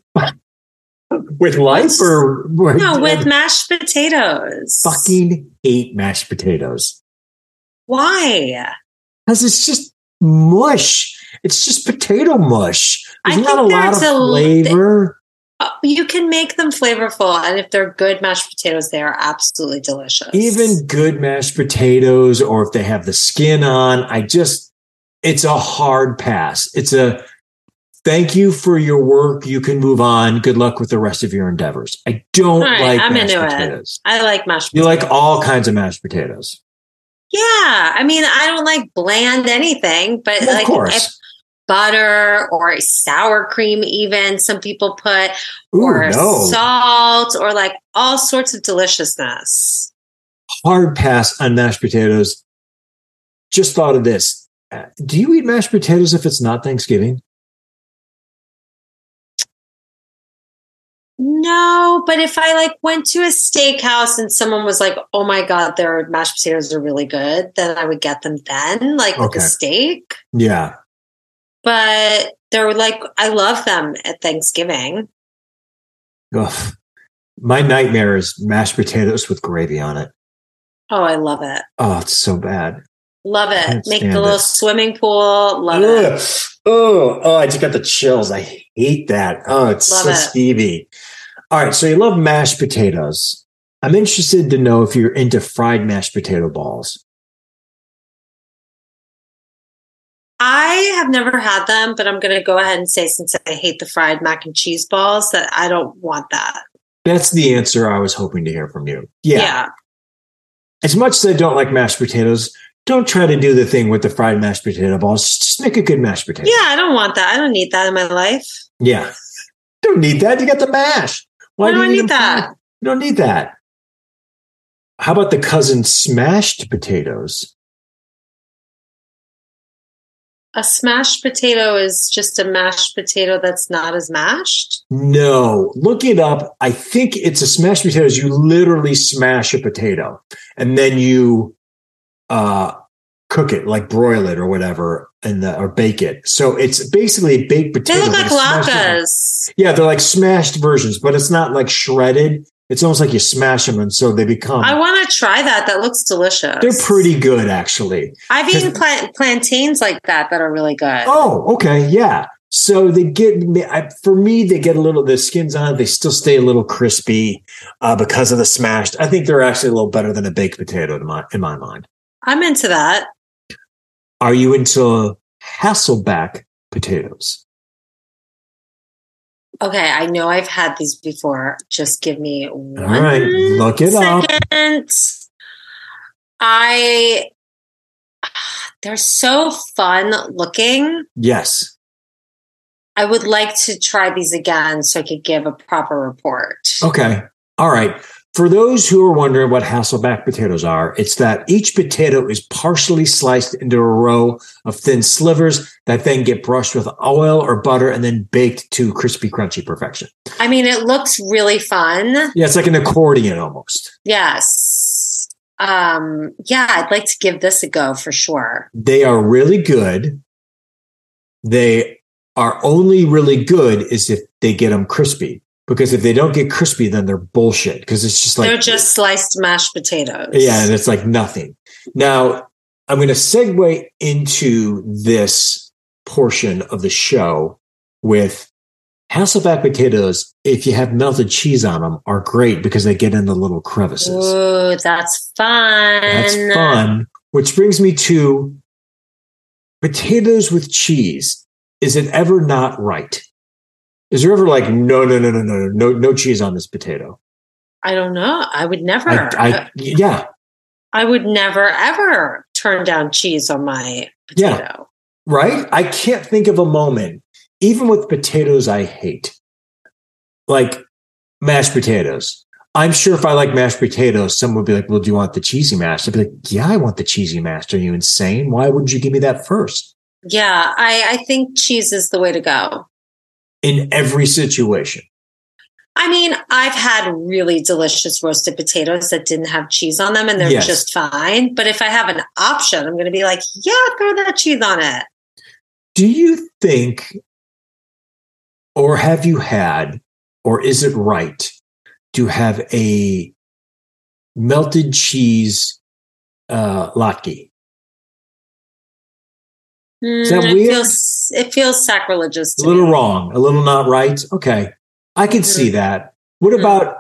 S1: With life or with,
S2: No, with mashed potatoes.
S1: fucking hate mashed potatoes
S2: Why?
S1: because it's just mush. It's just potato mush.
S2: I
S1: There's not a
S2: think
S1: lot of
S2: there's a-
S1: flavor.
S2: Uh, You can make them flavorful, and if they're good mashed potatoes, they are absolutely delicious.
S1: Even good mashed potatoes, or if they have the skin on, I just, it's a hard pass. It's a thank you for your work. You can move on. Good luck with the rest of your endeavors. I don't
S2: All right,
S1: like
S2: I'm
S1: mashed
S2: into it.
S1: potatoes.
S2: I like mashed
S1: You
S2: potatoes.
S1: like all kinds of mashed potatoes.
S2: Yeah. I mean, I don't like bland anything, but
S1: Well,
S2: like
S1: of course.
S2: if butter or sour cream, even some people put,
S1: Ooh,
S2: or
S1: no.
S2: salt, or like all sorts of deliciousness.
S1: hard pass on mashed potatoes. Just thought of this. Uh, Do you eat mashed potatoes if it's not Thanksgiving?
S2: No, but if I like went to a steakhouse and someone was like, "Oh my god, their mashed potatoes are really good," then I would get them then, like with a
S1: Okay.
S2: steak.
S1: Yeah.
S2: But they're like, I love them at Thanksgiving.
S1: Ugh. My nightmare is mashed potatoes with gravy on it.
S2: Oh, I love it,
S1: Oh, it's so bad.
S2: love it.
S1: Can't
S2: Make
S1: stand
S2: the little
S1: it.
S2: swimming pool, love it.
S1: Ugh. Oh, oh, I just got the chills. I hate that. Oh, it's
S2: Love
S1: so
S2: it.
S1: Stevie. All right. So you love mashed potatoes. I'm interested to know if you're into fried mashed potato balls.
S2: I have never had them, but I'm going to go ahead and say since I hate the fried mac and cheese balls that I don't want that.
S1: That's the answer I was hoping to hear from you. yeah. as much as I don't like mashed potatoes, don't try to do the thing with the fried mashed potato balls. Just make a good mashed potato.
S2: Yeah, I don't want that. I don't need that in my life.
S1: Yeah. Don't need that. You got the mash.
S2: Why, do I
S1: you
S2: need
S1: them
S2: that?
S1: fried? You don't need that. How about the cousin smashed potatoes?
S2: A smashed potato is just a mashed potato that's not as mashed.
S1: No, look it up. I think it's a smashed potatoes. You literally smash a potato and then you uh cook it, like broil it or whatever, and the, or bake it. So it's basically a baked
S2: They
S1: potato.
S2: look
S1: with
S2: like
S1: a smashed potato.
S2: latkes.
S1: Yeah, they're like smashed versions, but it's not like shredded. It's almost like you smash them, and so they become.
S2: I want to try that. That looks delicious.
S1: they're pretty good, actually.
S2: I've eaten plant- plantains like that that are really good.
S1: Oh, okay, yeah. So they get I- for me. They get a little. The skins on it. They still stay a little crispy uh, because of the smashed. I think they're actually a little better than a baked potato in my in my mind.
S2: I'm into that.
S1: Are you into Hasselback potatoes?
S2: Okay, I know I've had these before. Just give me one
S1: right, look it up.
S2: second. I they're so fun looking.
S1: Yes.
S2: I would like to try these again so I could give a proper report.
S1: Okay. All right. For those who are wondering what Hasselback potatoes are, it's that each potato is partially sliced into a row of thin slivers that then get brushed with oil or butter and then baked to crispy, crunchy perfection.
S2: I mean, it looks really fun.
S1: Yeah, it's like an accordion almost.
S2: Yes. Um, yeah, I'd like to give this a go for sure.
S1: They are really good. They are only really good is if they get them crispy. Because if they don't get crispy, then they're bullshit. Because it's just like
S2: They're just sliced mashed potatoes.
S1: Yeah, and it's like nothing. Now, I'm going to segue into this portion of the show with Hasselback potatoes. If you have melted cheese on them, are great because they get in the little crevices.
S2: Ooh, uh, that's fun.
S1: That's fun. Which brings me to potatoes with cheese. Is it ever not right? Is there ever like no, no, no, no, no, no, no cheese on this potato?
S2: I don't know. I would never.
S1: I, I, yeah,
S2: I would never ever turn down cheese on my
S1: Yeah.
S2: potato.
S1: right? I can't think of a moment, even with potatoes I hate, like mashed potatoes. I'm sure if I like mashed potatoes, someone would be like, Well, do you want the cheesy mash? I'd be like, Yeah, I want the cheesy mash. Are you insane? Why wouldn't you give me that first?
S2: Yeah, I, I think cheese is the way to go.
S1: In every situation.
S2: I mean, I've had really delicious roasted potatoes that didn't have cheese on them and they're
S1: Yes.
S2: just fine. But if I have an option, I'm going to be like, yeah, throw that cheese on it.
S1: Do you think, or have you had, or is it right to have a melted cheese uh, latke?
S2: Mm,
S1: that
S2: It
S1: weird?
S2: feels, it feels sacrilegious
S1: It's
S2: to
S1: a little
S2: me.
S1: wrong, a little not right. Okay, I can see that. What
S2: Mhm.
S1: about?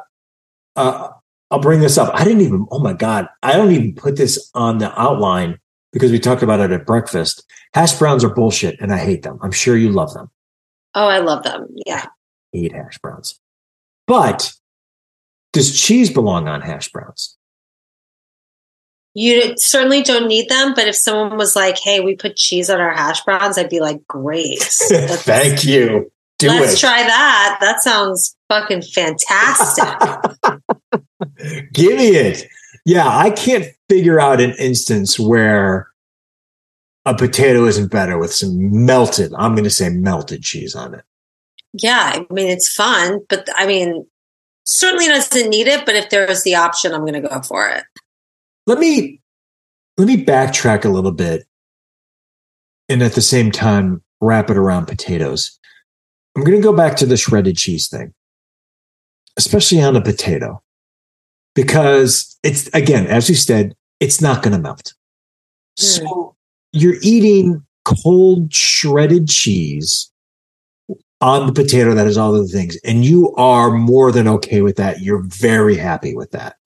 S1: Uh, I'll bring this up. I didn't even. Oh my god, I don't even put this on the outline because we talked about it at breakfast. Hash browns are bullshit, and I hate them. I'm sure you love them.
S2: Oh, I love them. Yeah.
S1: hate hash browns. But does cheese belong on hash browns?
S2: You certainly don't need them, but if someone was like, "Hey, we put cheese on our hash browns," I'd be like, "Great, Let's-
S1: Thank you. Do
S2: let's
S1: it.
S2: try that. That sounds fucking fantastic."
S1: Give me it. Yeah, I can't figure out an instance where a potato isn't better with some melted, I'm going to say melted cheese on it.
S2: yeah, I mean it's fun, but I mean certainly doesn't need it. But if there is the option, I'm going to go for it.
S1: Let me let me backtrack a little bit and at the same time wrap it around potatoes. I'm going to go back to the shredded cheese thing, especially on a potato, because it's, again, as you said, it's not going to melt. So you're eating cold shredded cheese on the potato that is all of the things, and you are more than okay with that. You're very happy with that.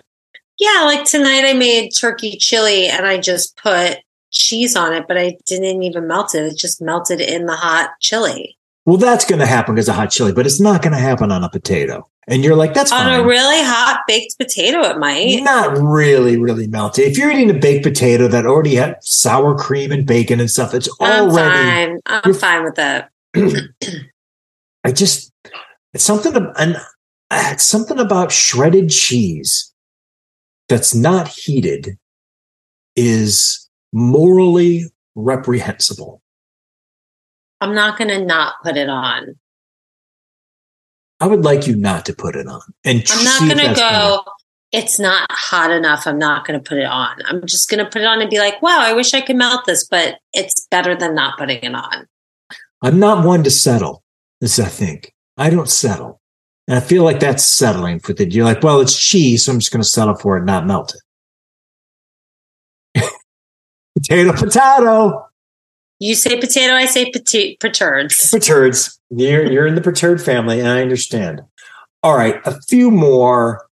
S2: Yeah, like tonight I made turkey chili and I just put cheese on it, but I didn't even melt it. It just melted in the hot chili.
S1: Well, that's going to happen because of hot chili, but it's not going to happen on a potato. And you're like, that's
S2: On
S1: fine.
S2: a really hot baked potato, it might.
S1: not really, really melted. If you're eating a baked potato that already had sour cream and bacon and stuff, it's
S2: I'm
S1: already.
S2: fine. I'm
S1: You're-
S2: fine with it.
S1: I just it's something ab- an it's something about shredded cheese that's not heated is morally reprehensible.
S2: I'm not going to not put it on.
S1: I would like you not to put it on. And
S2: I'm not
S1: see if
S2: going to
S1: that's gonna-
S2: go. It's not hot enough. I'm not going to put it on. I'm just going to put it on and be like, wow, I wish I could melt this, but it's better than not putting it on.
S1: I'm not one to settle. This I think I don't settle, and I feel like that's settling for the. You're like, well, it's cheese, so I'm just going to settle for it, and not melt it. potato, potato,
S2: You say potato, I say pati- perturds.
S1: perturds. You're you're in the perturb family, and I understand. All right, a few more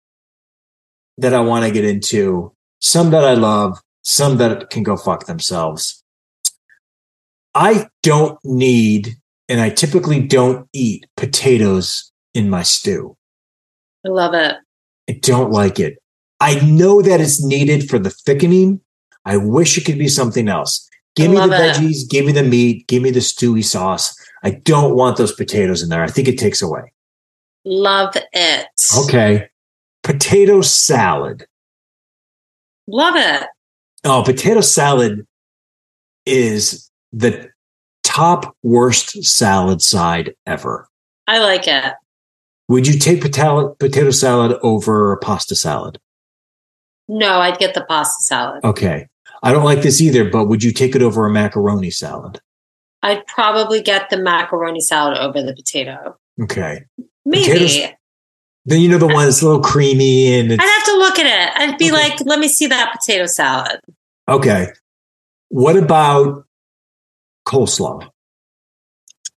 S1: that I want to get into. Some that I love, some that can go fuck themselves. I don't need, and I typically don't eat potatoes in my stew.
S2: I love it.
S1: I don't like it. I know that it's needed for the thickening. I wish it could be something else. Give
S2: I
S1: me the
S2: love it.
S1: veggies, give me the meat, give me the stewy sauce. I don't want those potatoes in there. I think it takes away.
S2: Love it.
S1: Okay. Potato salad.
S2: Love it.
S1: Oh, potato salad is the top worst salad side ever.
S2: I like it.
S1: Would you take potato, potato salad over a pasta salad?
S2: No, I'd get the pasta salad.
S1: Okay. I don't like this either, but would you take it over a macaroni salad?
S2: I'd probably get the macaroni salad over the potato.
S1: Okay.
S2: Maybe.
S1: Potatoes- Then you know the one that's a little creamy and
S2: I'd
S1: it's
S2: have to look at it. I'd
S1: Okay.
S2: be like, let me see that potato salad.
S1: okay. What about coleslaw?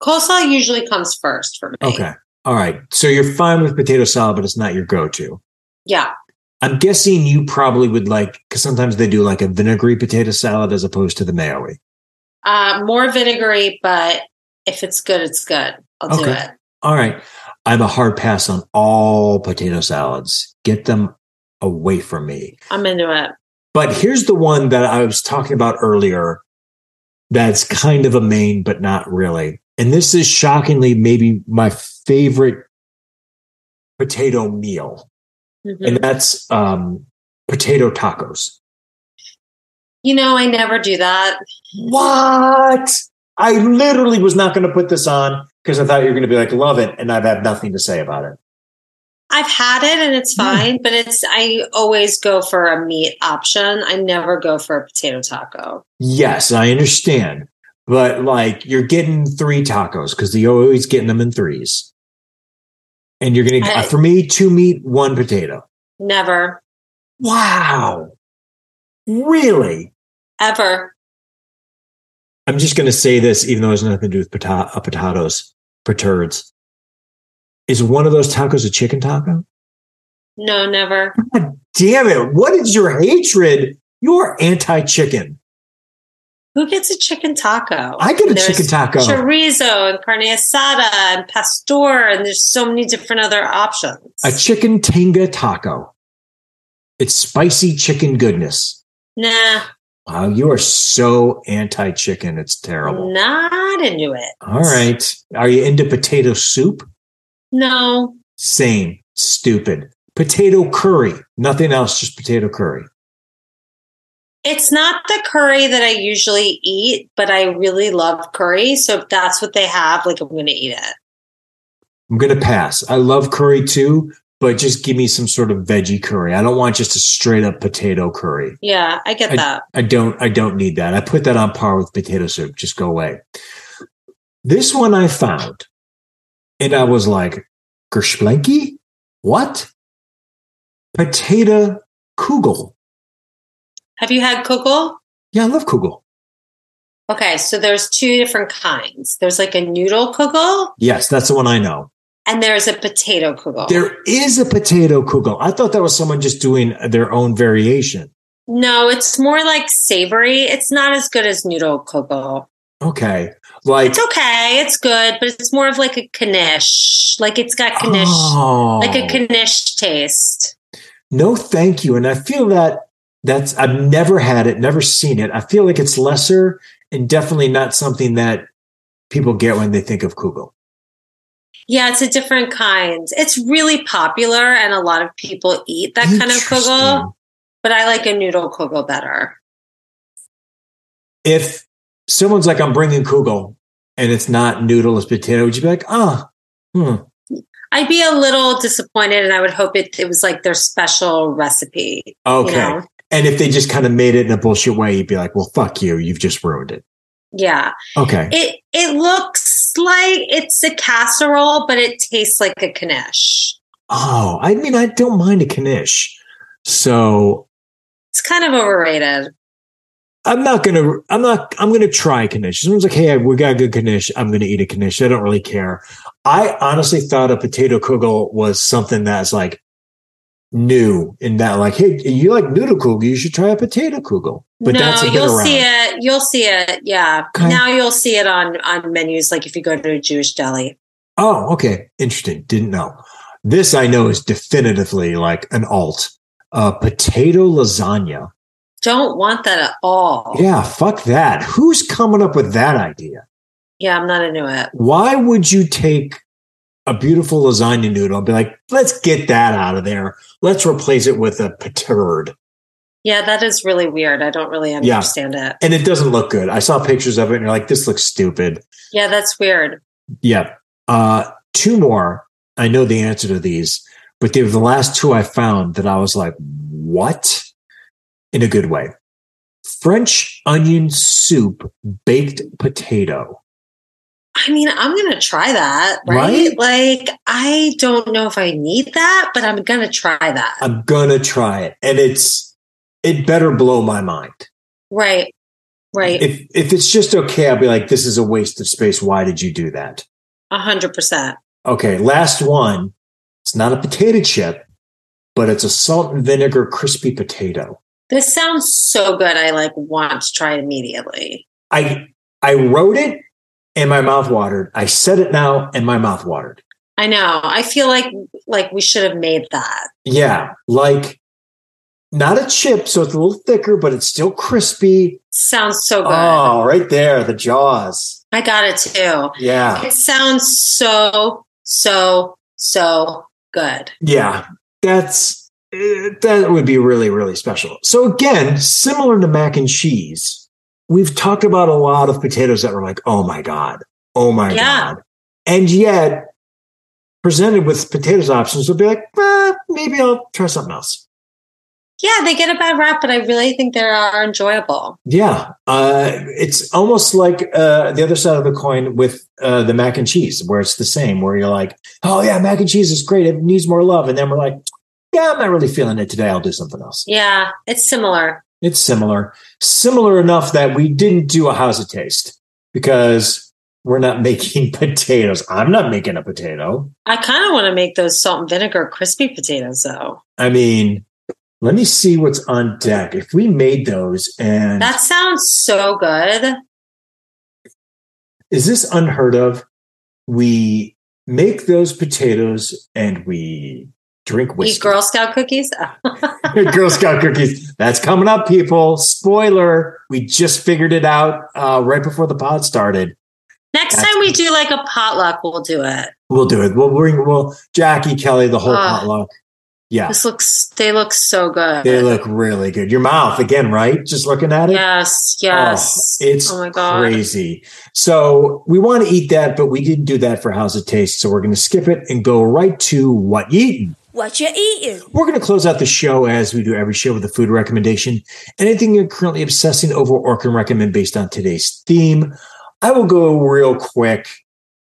S2: Coleslaw usually comes first for me.
S1: Okay. All right. So you're fine with potato salad, but it's not your go to.
S2: Yeah.
S1: I'm guessing you probably would like, because sometimes they do like a vinegary potato salad as opposed to the mayo.
S2: Uh, more vinegary, but if it's good, it's good. I'll do
S1: Okay.
S2: it.
S1: All right. I'm a hard pass on all potato salads. Get them away from me.
S2: I'm into it.
S1: But here's the one that I was talking about earlier that's kind of a main, but not really. And this is shockingly maybe my favorite potato meal,
S2: Mhm.
S1: and that's um, potato tacos.
S2: You know, I never do that.
S1: What? I literally was not going to put this on because I thought you were going to be like, love it. And I've had nothing to say about it.
S2: I've had it and it's fine, but it's I always go for a meat option. I never go for a potato taco.
S1: Yes, I understand. But like you're getting three tacos because you're always getting them in threes. And you're gonna uh,
S2: I-
S1: for me, two meat, one potato.
S2: Never,
S1: Wow. Really?
S2: ever.
S1: I'm just gonna say this, even though it has nothing to do with pota- uh, potatoes, perturds. Is one of those tacos a chicken taco?
S2: No, never.
S1: Damn it. What is your hatred? You're anti-chicken.
S2: Who gets a chicken taco?
S1: I get a
S2: There's
S1: chicken taco.
S2: Chorizo and carne asada and pastor, and there's so many different other options.
S1: A chicken tinga taco. It's spicy chicken goodness.
S2: nah,
S1: Wow, you are so anti chicken. It's terrible.
S2: not into it.
S1: All right. Are you into potato soup?
S2: No,
S1: Same. Stupid. Potato curry. Nothing else, just potato curry.
S2: It's not the curry that I usually eat, but I really love curry. So if that's what they have, like I'm going to eat it.
S1: I'm going to pass. I love curry too, but just give me some sort of veggie curry. I don't want just a straight up potato curry.
S2: Yeah, I get that.
S1: I don't I don't need that. I put that on par with potato soup. Just go away. This one I found and I was like, Gersplanky? What? Potato kugel.
S2: Have you had kugel?
S1: Yeah, I love kugel.
S2: Okay, so there's two different kinds. There's like a noodle kugel
S1: Yes, that's the one I know.
S2: and there's a potato kugel.
S1: There is a potato kugel. I thought that was someone just doing their own variation.
S2: no, it's more like savory. It's not as good as noodle kugel.
S1: Okay. Like
S2: It's okay, it's good, but it's more of like a knish. Like it's got knish,
S1: oh.
S2: like a knish taste.
S1: no thank you and i feel that that's i've never had it never seen it i feel like it's lesser and definitely not something that people get when they think of kugel
S2: Yeah, it's a different kind. It's really popular, and a lot of people eat that kind of kugel.
S1: Interesting.
S2: But I like a noodle kugel better.
S1: if someone's like i'm bringing kugel and it's not noodle it's potato would you be like ah hmm.
S2: I'd be a little disappointed, and I would hope it, it was like their special recipe. you
S1: okay
S2: know?
S1: and if they just kind of made it in a bullshit way you'd be like well fuck you you've just ruined it
S2: Yeah.
S1: okay
S2: It it looks like it's a casserole, but it tastes like a knish.
S1: oh i mean i don't mind a knish so
S2: It's kind of overrated.
S1: I'm not gonna. I'm not. I'm gonna try knish. Someone's like, "Hey, we got a good knish. I'm gonna eat a knish. I don't really care." I honestly thought a potato kugel was something that's like new in that, like, "Hey, you like noodle kugel? You should try a potato kugel." But
S2: no,
S1: that's a bit
S2: you'll
S1: around.
S2: see it. You'll see it. Yeah.
S1: Okay.
S2: Now you'll see it on on menus, like if you go to a Jewish deli.
S1: Oh, okay, interesting. Didn't know. This I know is definitively like an alt. Uh, potato lasagna.
S2: Don't want that at all.
S1: Yeah, fuck that. Who's coming up with that idea?
S2: Yeah, I'm not into it.
S1: why would you take a beautiful lasagna noodle and be like, let's get that out of there. Let's replace it with a paterned.
S2: Yeah, that is really weird. I don't really understand it.
S1: And it doesn't look good. I saw pictures of it and you're like, this looks stupid.
S2: Yeah, that's weird.
S1: Yeah. Uh, two more. I know the answer to these, but they were the last two I found that I was like, what? In a good way. French onion soup, baked potato.
S2: I mean, I'm going to try that, right?
S1: Right?
S2: Like, I don't know if I need that, but I'm going to try that.
S1: I'm gonna try it. And it's, it better blow my mind.
S2: right. Right.
S1: if if it's just okay, I'll be like, this is a waste of space. Why did you do that?
S2: A 100%.
S1: Okay, last one. It's not a potato chip, but it's a salt and vinegar crispy potato.
S2: This sounds so good. I like want to try it immediately.
S1: I I wrote it and my mouth watered. I said it now and my mouth watered.
S2: I know. I feel like like we should have made that.
S1: Yeah, like not a chip, so it's a little thicker, but it's still crispy.
S2: Sounds so good.
S1: Oh, right there, the jaws.
S2: I got it too.
S1: Yeah.
S2: It sounds so so so good.
S1: Yeah, that's eh, that would be really really special. So again, similar to mac and cheese, we've talked about a lot of potatoes that were like, oh my god, oh my
S2: Yeah.
S1: god, and yet presented with potatoes options, they'll be like, eh, maybe I'll try something else.
S2: Yeah, they get a bad rap, but I really think they are enjoyable.
S1: Yeah, uh, it's almost like uh, the other side of the coin with uh, the mac and cheese, where it's the same. Where you're like, "Oh yeah, mac and cheese is great; it needs more love," and then we're like, "Yeah, I'm not really feeling it today. I'll do something else."
S2: Yeah, it's similar.
S1: It's similar, similar enough that we didn't do a how's it taste because we're not making potatoes. I'm not making a potato.
S2: I kind of want to make those salt and vinegar crispy potatoes, though.
S1: I mean, let me see what's on deck. If we made those and
S2: That sounds so good.
S1: is this unheard of? We make those potatoes and we drink
S2: Eat
S1: whiskey.
S2: Girl Scout cookies. Oh.
S1: Girl Scout cookies. That's coming up, people. Spoiler. We just figured it out uh, right before the pod started.
S2: Next
S1: That's-
S2: time we do like a potluck, we'll do it.
S1: We'll do it. We'll bring we'll Jackie, Kelly, the whole
S2: Ah.
S1: potluck. Yeah.
S2: This looks. They look so good.
S1: They look really good. Your mouth again, right? Just looking at it.
S2: Yes. Yes.
S1: Oh, it's crazy. So we want to eat that, but we didn't do that for How's It Taste. So we're going to skip it and go right to What You Eating.
S3: What you eating?
S1: We're going to close out the show as we do every show with a food recommendation. Anything you're currently obsessing over or can recommend based on today's theme. I will go real quick.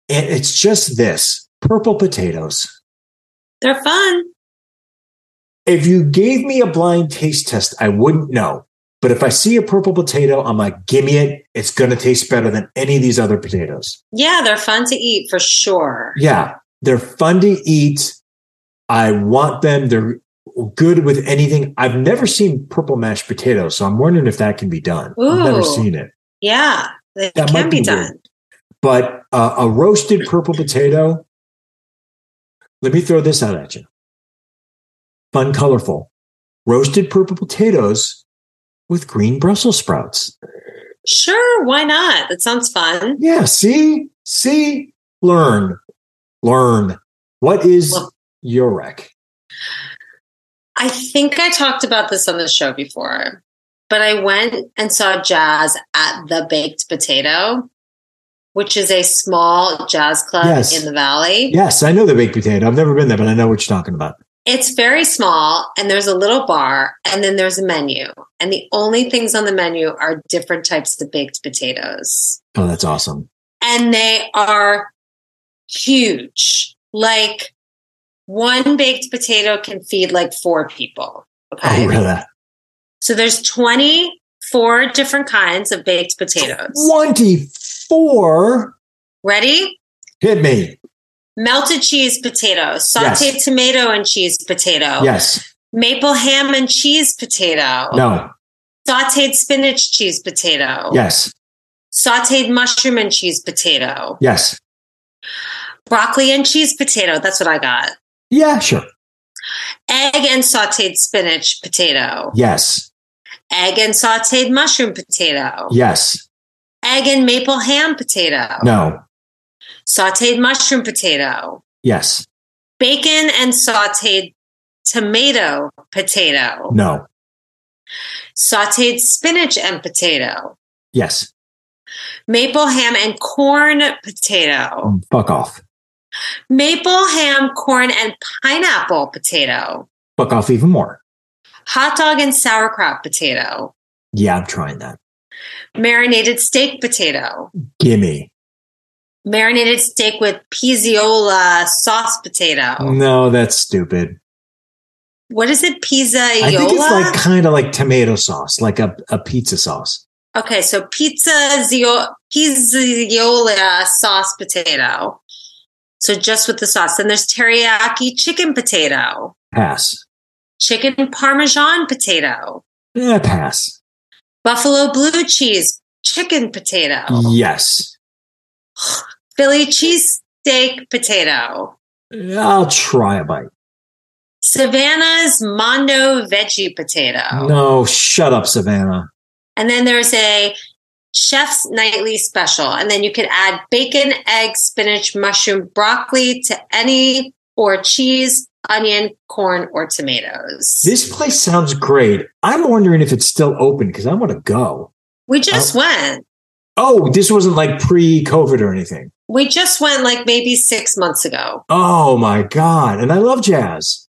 S1: And it's just this purple potatoes.
S2: They're fun.
S1: If you gave me a blind taste test, I wouldn't know. But if I see a purple potato, I'm like, give me it. It's going to taste better than any of these other potatoes.
S2: Yeah, they're fun to eat for sure.
S1: Yeah, they're fun to eat. I want them. They're good with anything. I've never seen purple mashed potatoes, so I'm wondering if that can be done. I've never
S2: Ooh.
S1: seen it,
S2: Yeah, they
S1: That might
S2: can be
S1: be
S2: done.
S1: weird. but uh, a roasted purple potato. Let me throw this out at you. Fun, colorful, roasted purple potatoes with green Brussels sprouts.
S2: Sure, why not? That sounds fun.
S1: Yeah, see, see, learn, learn. What is
S2: Well-
S1: your rec?
S2: I think I talked about this on the show before, but I went and saw jazz at the Baked Potato, which is a small jazz club
S1: Yes.
S2: in the valley.
S1: Yes, I know the baked potato. I've never been there, but I know what you're talking about.
S2: It's very small, and there's a little bar, and then there's a menu. And the only things on the menu are different types of baked potatoes.
S1: Oh, that's awesome.
S2: and they are huge. Like one baked potato can feed like four people. Okay.
S1: Oh, really?
S2: So there's 24 different kinds of baked potatoes.
S1: 24
S2: Ready?
S1: hit me.
S2: Melted cheese potato, sauteed
S1: Yes.
S2: tomato and cheese potato,
S1: Yes.
S2: maple ham and cheese potato,
S1: No.
S2: sauteed spinach cheese potato,
S1: Yes.
S2: sauteed mushroom and cheese potato,
S1: Yes.
S2: broccoli and cheese potato. That's what I got.
S1: Yeah, sure.
S2: egg and sauteed spinach potato,
S1: Yes.
S2: egg and sauteed mushroom potato,
S1: Yes.
S2: egg and maple ham potato,
S1: No.
S2: sauteed mushroom potato,
S1: Yes.
S2: bacon and sauteed tomato potato,
S1: No.
S2: sauteed spinach and potato,
S1: Yes.
S2: maple ham and corn potato,
S1: Mm, Fuck off.
S2: maple ham, corn, and pineapple potato,
S1: Fuck off even more.
S2: hot dog and sauerkraut potato,
S1: Yeah, I'm trying that.
S2: marinated steak potato.
S1: Gimme.
S2: marinated steak with pizziola sauce potato.
S1: No, that's stupid.
S2: What is it?
S1: Mm. I think it's like
S2: Pizzaiola?
S1: kind of like tomato sauce, like a, a pizza sauce.
S2: okay, so pizza zio- pizziola sauce potato. So just with the sauce. Then there's teriyaki chicken potato,
S1: Pass.
S2: chicken parmesan potato,
S1: Yeah, pass.
S2: buffalo blue cheese chicken potato,
S1: Yes.
S2: Philly cheese steak potato,
S1: I'll try a bite.
S2: Savannah's mondo veggie potato.
S1: No, shut up, Savannah.
S2: And then there's a chef's nightly special. And then you could add bacon, egg, spinach, mushroom, broccoli to any or cheese, onion, corn, or tomatoes.
S1: This place sounds great. I'm wondering if it's still open because I want to go.
S2: we just went.
S1: Oh, this wasn't like pre COVID or anything.
S2: We just went like maybe six months ago.
S1: Oh my god! And I love jazz.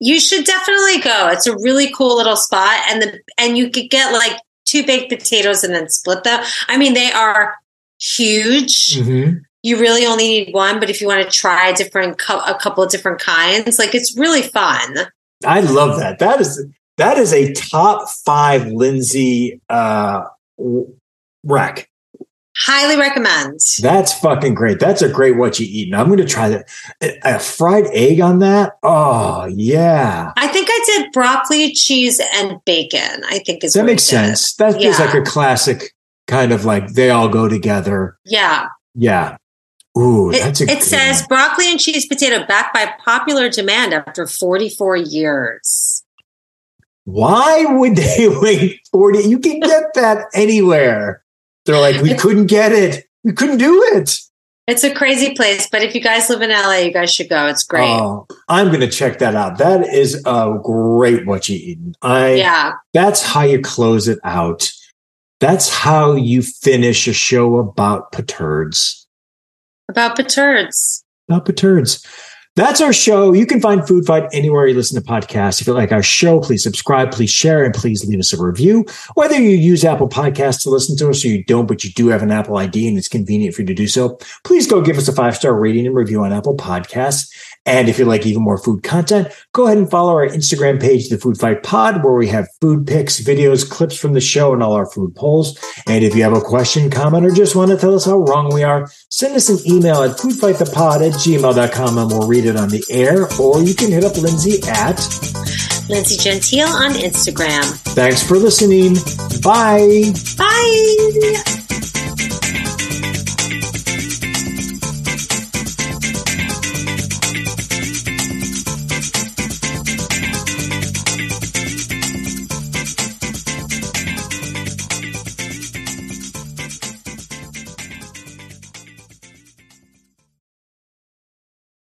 S2: You should definitely go. It's a really cool little spot, and the and you could get like two baked potatoes and then split them. I mean, they are huge.
S1: Mm-hmm.
S2: You really only need one, but if you want to try different co- a couple of different kinds, like it's really fun.
S1: I love that. That is that is a top five Lindsay uh, rack.
S2: Highly recommend.
S1: That's fucking great. That's a great what you eating. I'm going to try that. A, a fried egg on that. Oh yeah.
S2: I think I did broccoli, cheese, and bacon. I think is
S1: that
S2: what I
S1: makes
S2: did.
S1: sense. That feels
S2: Yeah.
S1: like a classic kind of like they all go together.
S2: Yeah,
S1: Yeah. Ooh,
S2: it,
S1: that's a
S2: it
S1: good
S2: says
S1: one.
S2: broccoli and cheese potato backed by popular demand after 44 years.
S1: Why would they wait 40? You can get that anywhere. They're like, we couldn't get it. We couldn't do it.
S2: It's a crazy place, but if you guys live in LA, you guys should go. It's great.
S1: Oh, I'm going to check that out. That is a great what you eating. I
S2: yeah,
S1: that's how you close it out. That's how you finish a show about paturds.
S2: about Paturds.
S1: About paturds. That's our show. You can find Food Fight anywhere you listen to podcasts. If you like our show, please subscribe, please share, and please leave us a review. Whether you use Apple Podcasts to listen to us or you don't, but you do have an Apple ID and it's convenient for you to do so, please go give us a five star rating and review on Apple Podcasts. And if you like even more food content, go ahead and follow our Instagram page, The Food Fight Pod, where we have food pics, videos, clips from the show, and all our food polls. And if you have a question, comment, or just want to tell us how wrong we are, send us an email at foodfightthepod at gmail.com and we'll read it on the air. Or you can hit up Lindsay at
S2: Lindsay Gentile on Instagram.
S1: Thanks for listening. Bye.
S2: Bye.